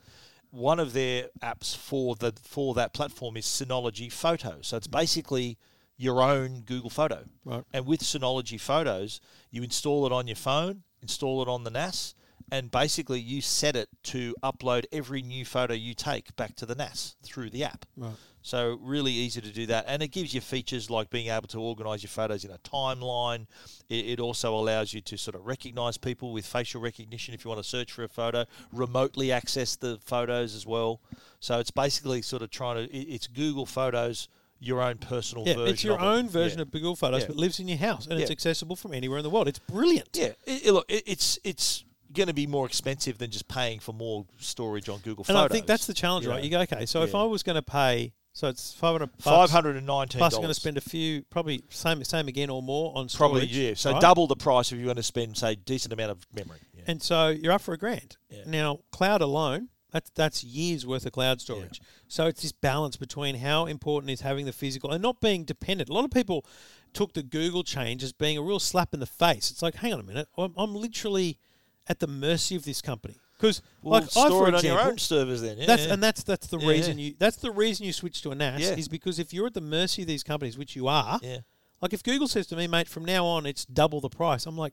Speaker 2: One of their apps for the for that platform is Synology Photos. So it's basically your own Google Photo.
Speaker 1: Right.
Speaker 2: And with Synology Photos, you install it on your phone, install it on the NAS, and basically you set it to upload every new photo you take back to the NAS through the app. Right. So really easy to do that, and it gives you features like being able to organise your photos in a timeline. It, it also allows you to sort of recognise people with facial recognition if you want to search for a photo, remotely access the photos as well. So it's basically sort of trying to it- it's Google Photos, your own personal
Speaker 1: Yeah,
Speaker 2: version.
Speaker 1: it's your
Speaker 2: of it.
Speaker 1: own version
Speaker 2: Yeah.
Speaker 1: of Google Photos,
Speaker 2: Yeah.
Speaker 1: but lives in your house and it's
Speaker 2: Yeah.
Speaker 1: accessible from anywhere in the world. It's brilliant.
Speaker 2: Yeah, it, it- look, it, it's it's going to be more expensive than just paying for more storage on Google
Speaker 1: And
Speaker 2: Photos.
Speaker 1: I think that's the challenge,
Speaker 2: Yeah.
Speaker 1: right? You go, okay, so if
Speaker 2: Yeah.
Speaker 1: I was going to pay, so it's 500
Speaker 2: five
Speaker 1: bucks.
Speaker 2: hundred and nineteen.
Speaker 1: Plus, I'm going to spend a few, probably same same again or more on storage.
Speaker 2: probably yeah, so
Speaker 1: right?
Speaker 2: double the price if you're going to spend say decent amount of memory. Yeah.
Speaker 1: And so you're up for a grand.
Speaker 2: Yeah.
Speaker 1: Now, cloud alone, that's that's years worth of cloud storage. So it's this balance between how important is having the physical and not being dependent. A lot of people took the Google change as being a real slap in the face. It's like, hang on a minute, I'm, I'm literally at the mercy of this company because
Speaker 2: Well,
Speaker 1: like I,
Speaker 2: store
Speaker 1: for
Speaker 2: it on
Speaker 1: example,
Speaker 2: your own servers then. Yeah,
Speaker 1: That's
Speaker 2: yeah.
Speaker 1: and that's that's the
Speaker 2: Yeah,
Speaker 1: reason
Speaker 2: yeah.
Speaker 1: you that's the reason you switch to a NAS
Speaker 2: Yeah.
Speaker 1: is because if you're at the mercy of these companies, which you are,
Speaker 2: Yeah.
Speaker 1: Like if Google says to me, mate, from now on it's double the price, I'm like,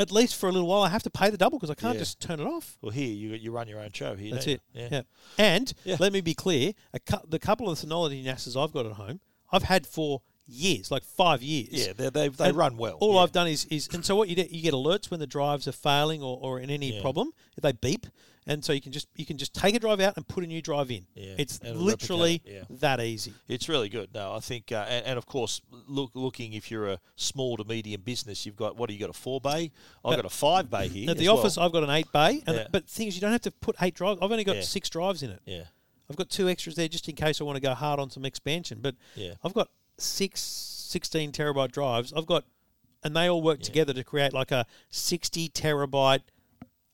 Speaker 1: at least for a little while, I have to pay the double because I can't
Speaker 2: Yeah.
Speaker 1: just turn it off.
Speaker 2: Well, here you you run your own show. Here,
Speaker 1: That's
Speaker 2: don't
Speaker 1: it.
Speaker 2: you?
Speaker 1: Yeah.
Speaker 2: Yeah.
Speaker 1: And
Speaker 2: Yeah.
Speaker 1: let me be clear: a cou- the couple of Synology NASA's I've got at home, I've had for years, like five years.
Speaker 2: Yeah, they they, they
Speaker 1: And
Speaker 2: run well.
Speaker 1: All
Speaker 2: yeah.
Speaker 1: I've done is, is and so what you do, you get alerts when the drives are failing or, or in any
Speaker 2: Yeah.
Speaker 1: problem. If they beep, and so you can just you can just take a drive out and put a new drive in.
Speaker 2: Yeah,
Speaker 1: It's
Speaker 2: and
Speaker 1: literally
Speaker 2: replicate it, yeah.
Speaker 1: that easy.
Speaker 2: It's really good. No, I think, uh, and, and of course, look, looking if you're a small to medium business, you've got what do you got a four bay? I've got a five bay here.
Speaker 1: At the
Speaker 2: as well.
Speaker 1: office, I've got an eight bay, and
Speaker 2: Yeah.
Speaker 1: but things you don't have to put eight drives. I've only got
Speaker 2: Yeah.
Speaker 1: six drives in it.
Speaker 2: yeah,
Speaker 1: I've got two extras there just in case I want to go hard on some expansion. But
Speaker 2: Yeah.
Speaker 1: I've got six 16 terabyte drives. I've got, and they all work together to create like a 60 terabyte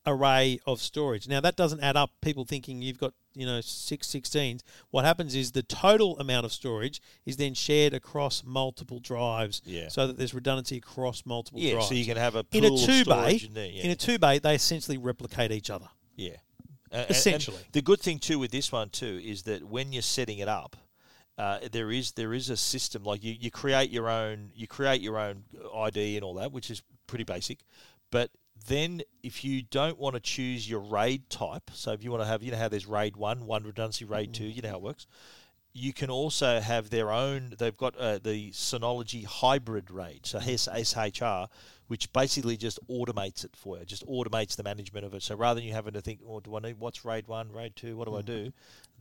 Speaker 1: array of storage. Now, that doesn't add up people thinking you've got, you know, six 16s. What happens is the total amount of storage is then shared across multiple drives
Speaker 2: Yeah.
Speaker 1: so that there's redundancy across multiple
Speaker 2: yeah.
Speaker 1: drives.
Speaker 2: So you can have a
Speaker 1: in a
Speaker 2: pool of
Speaker 1: two bay,
Speaker 2: storage in there. Yeah,
Speaker 1: in a two bay, they essentially replicate each other.
Speaker 2: yeah. A- and- and
Speaker 1: Essentially.
Speaker 2: the good thing too with this one too is that when you're setting it up. Uh, there is there is a system like you, you create your own you create your own ID and all that which is pretty basic, but then if you don't want to choose your RAID type, so if you want to have you know how there's RAID one one redundancy RAID two you know how it works, you can also have their own. They've got uh, the Synology hybrid RAID, so S- SHR, which basically just automates it for you. Just automates the management of it. So rather than you having to think, oh, do I need what's RAID one, RAID two? What do I do?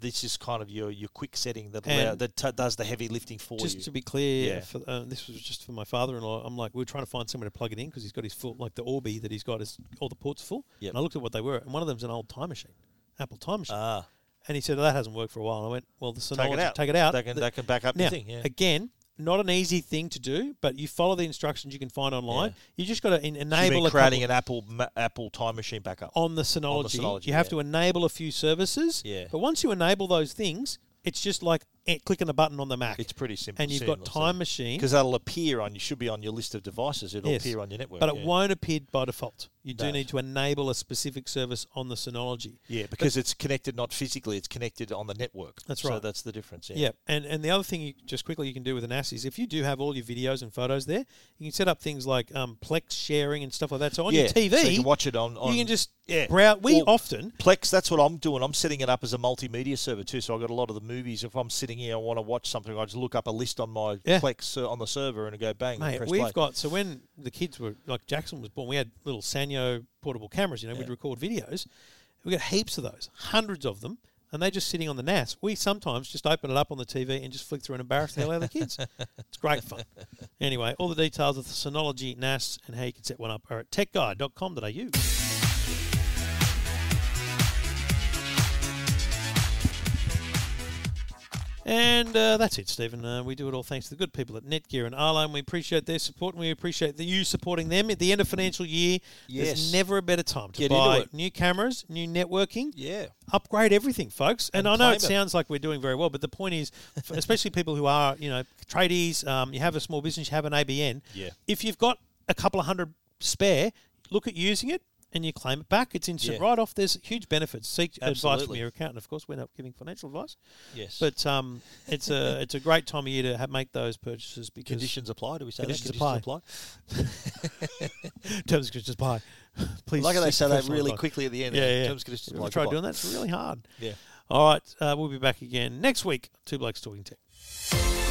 Speaker 2: This is kind of your your quick setting that allow,
Speaker 1: Mm-hmm. And-
Speaker 2: that t- does the heavy lifting for
Speaker 1: just
Speaker 2: you.
Speaker 1: to be clear,
Speaker 2: Yeah.
Speaker 1: for, uh, this was just for my father-in-law. I'm like, we are trying to find somewhere to plug it in because he's got his full, like the Orbi that he's got is all the ports full.
Speaker 2: Yep.
Speaker 1: And I looked at what they were, and one of them's an old time machine, Apple time machine.
Speaker 2: ah,
Speaker 1: and he said well, that hasn't worked for a while. And I went, well, the Synology,
Speaker 2: take it out.
Speaker 1: Take it out.
Speaker 2: That can,
Speaker 1: The-
Speaker 2: that can back up
Speaker 1: now,
Speaker 2: your thing. Yeah.
Speaker 1: again, not an easy thing to do, but you follow the instructions you can find online.
Speaker 2: Yeah.
Speaker 1: You just got to
Speaker 2: So you
Speaker 1: enable
Speaker 2: mean
Speaker 1: a
Speaker 2: creating
Speaker 1: couple- Oh.
Speaker 2: an Apple ma- Apple time machine backup.
Speaker 1: on the Synology.
Speaker 2: Synology,
Speaker 1: you have
Speaker 2: yeah.
Speaker 1: to enable a few services.
Speaker 2: Yeah.
Speaker 1: But once you enable those things, it's just like eh, clicking a button on the Mac.
Speaker 2: It's pretty simple.
Speaker 1: and you've got
Speaker 2: seamless,
Speaker 1: Time Machine.
Speaker 2: because that'll appear on you should be on your list of devices. It'll
Speaker 1: Yes.
Speaker 2: appear on your network.
Speaker 1: But it
Speaker 2: yeah.
Speaker 1: won't appear by default. You do
Speaker 2: No.
Speaker 1: need to enable a specific service on the Synology.
Speaker 2: Yeah, because it's connected not physically, it's connected on the network.
Speaker 1: That's
Speaker 2: So
Speaker 1: right.
Speaker 2: that's the difference. Yeah.
Speaker 1: Yeah, and and the other thing, you, just quickly, you can do with an AS is if you do have all your videos and photos there, you can set up things like um, Plex sharing and stuff like that. So on
Speaker 2: Yeah,
Speaker 1: your TV,
Speaker 2: so you can watch it on- on-
Speaker 1: you can just
Speaker 2: yeah.
Speaker 1: browse. We
Speaker 2: Or-
Speaker 1: often
Speaker 2: Plex, that's what I'm doing. I'm setting it up as a multimedia server too. So I've got a lot of the movies. If I'm sitting here, I want to watch something, I just look up a list on my
Speaker 1: Yeah.
Speaker 2: Plex uh, on the server and I go bang.
Speaker 1: Mate,
Speaker 2: press
Speaker 1: we've
Speaker 2: play.
Speaker 1: got so when the kids were like Jackson was born, we had little Sanyo portable cameras. You know, we'd record videos. We got heaps of those, hundreds of them, and they're just sitting on the NAS. We sometimes just open it up on the TV and just flick through and embarrass the hell out of the kids. It's great fun. Anyway, all the details of the Synology NAS and how you can set one up are at techguide.com.au. And uh, that's it, Stephen. Uh, we do it all thanks to the good people at Netgear and Arlo, and we appreciate their support, and we appreciate the, you supporting them. At the end of financial year, there's
Speaker 2: Yes.
Speaker 1: never a better time to
Speaker 2: Get into
Speaker 1: buy
Speaker 2: it.
Speaker 1: new cameras, new networking,
Speaker 2: Yeah.
Speaker 1: upgrade everything, folks. And,
Speaker 2: And
Speaker 1: I know
Speaker 2: claim
Speaker 1: it
Speaker 2: it.
Speaker 1: sounds like we're doing very well, but the point is, f- especially people who are, you know, tradies, um, you have a small business, you have an ABN.
Speaker 2: Yeah.
Speaker 1: If you've got a couple of hundred spare, look at using it. And you claim it back. It's instant
Speaker 2: Yeah.
Speaker 1: write-off. There's huge benefits. Seek advice from
Speaker 2: Absolutely.
Speaker 1: your accountant, of course. We're not giving financial advice.
Speaker 2: Yes.
Speaker 1: But um, it's a it's a great time of year to ha- make those purchases because
Speaker 2: conditions apply. Do we say
Speaker 1: Conditions
Speaker 2: that?
Speaker 1: apply. terms and conditions apply. Please,
Speaker 2: Like how they
Speaker 1: seek
Speaker 2: say that
Speaker 1: professional
Speaker 2: really
Speaker 1: advice.
Speaker 2: quickly at the end.
Speaker 1: Yeah, yeah.
Speaker 2: Terms, conditions
Speaker 1: We
Speaker 2: apply.
Speaker 1: tried
Speaker 2: Goodbye.
Speaker 1: doing that. It's really hard.
Speaker 2: Yeah.
Speaker 1: All right, uh, we'll be back again next week. Two blokes talking tech.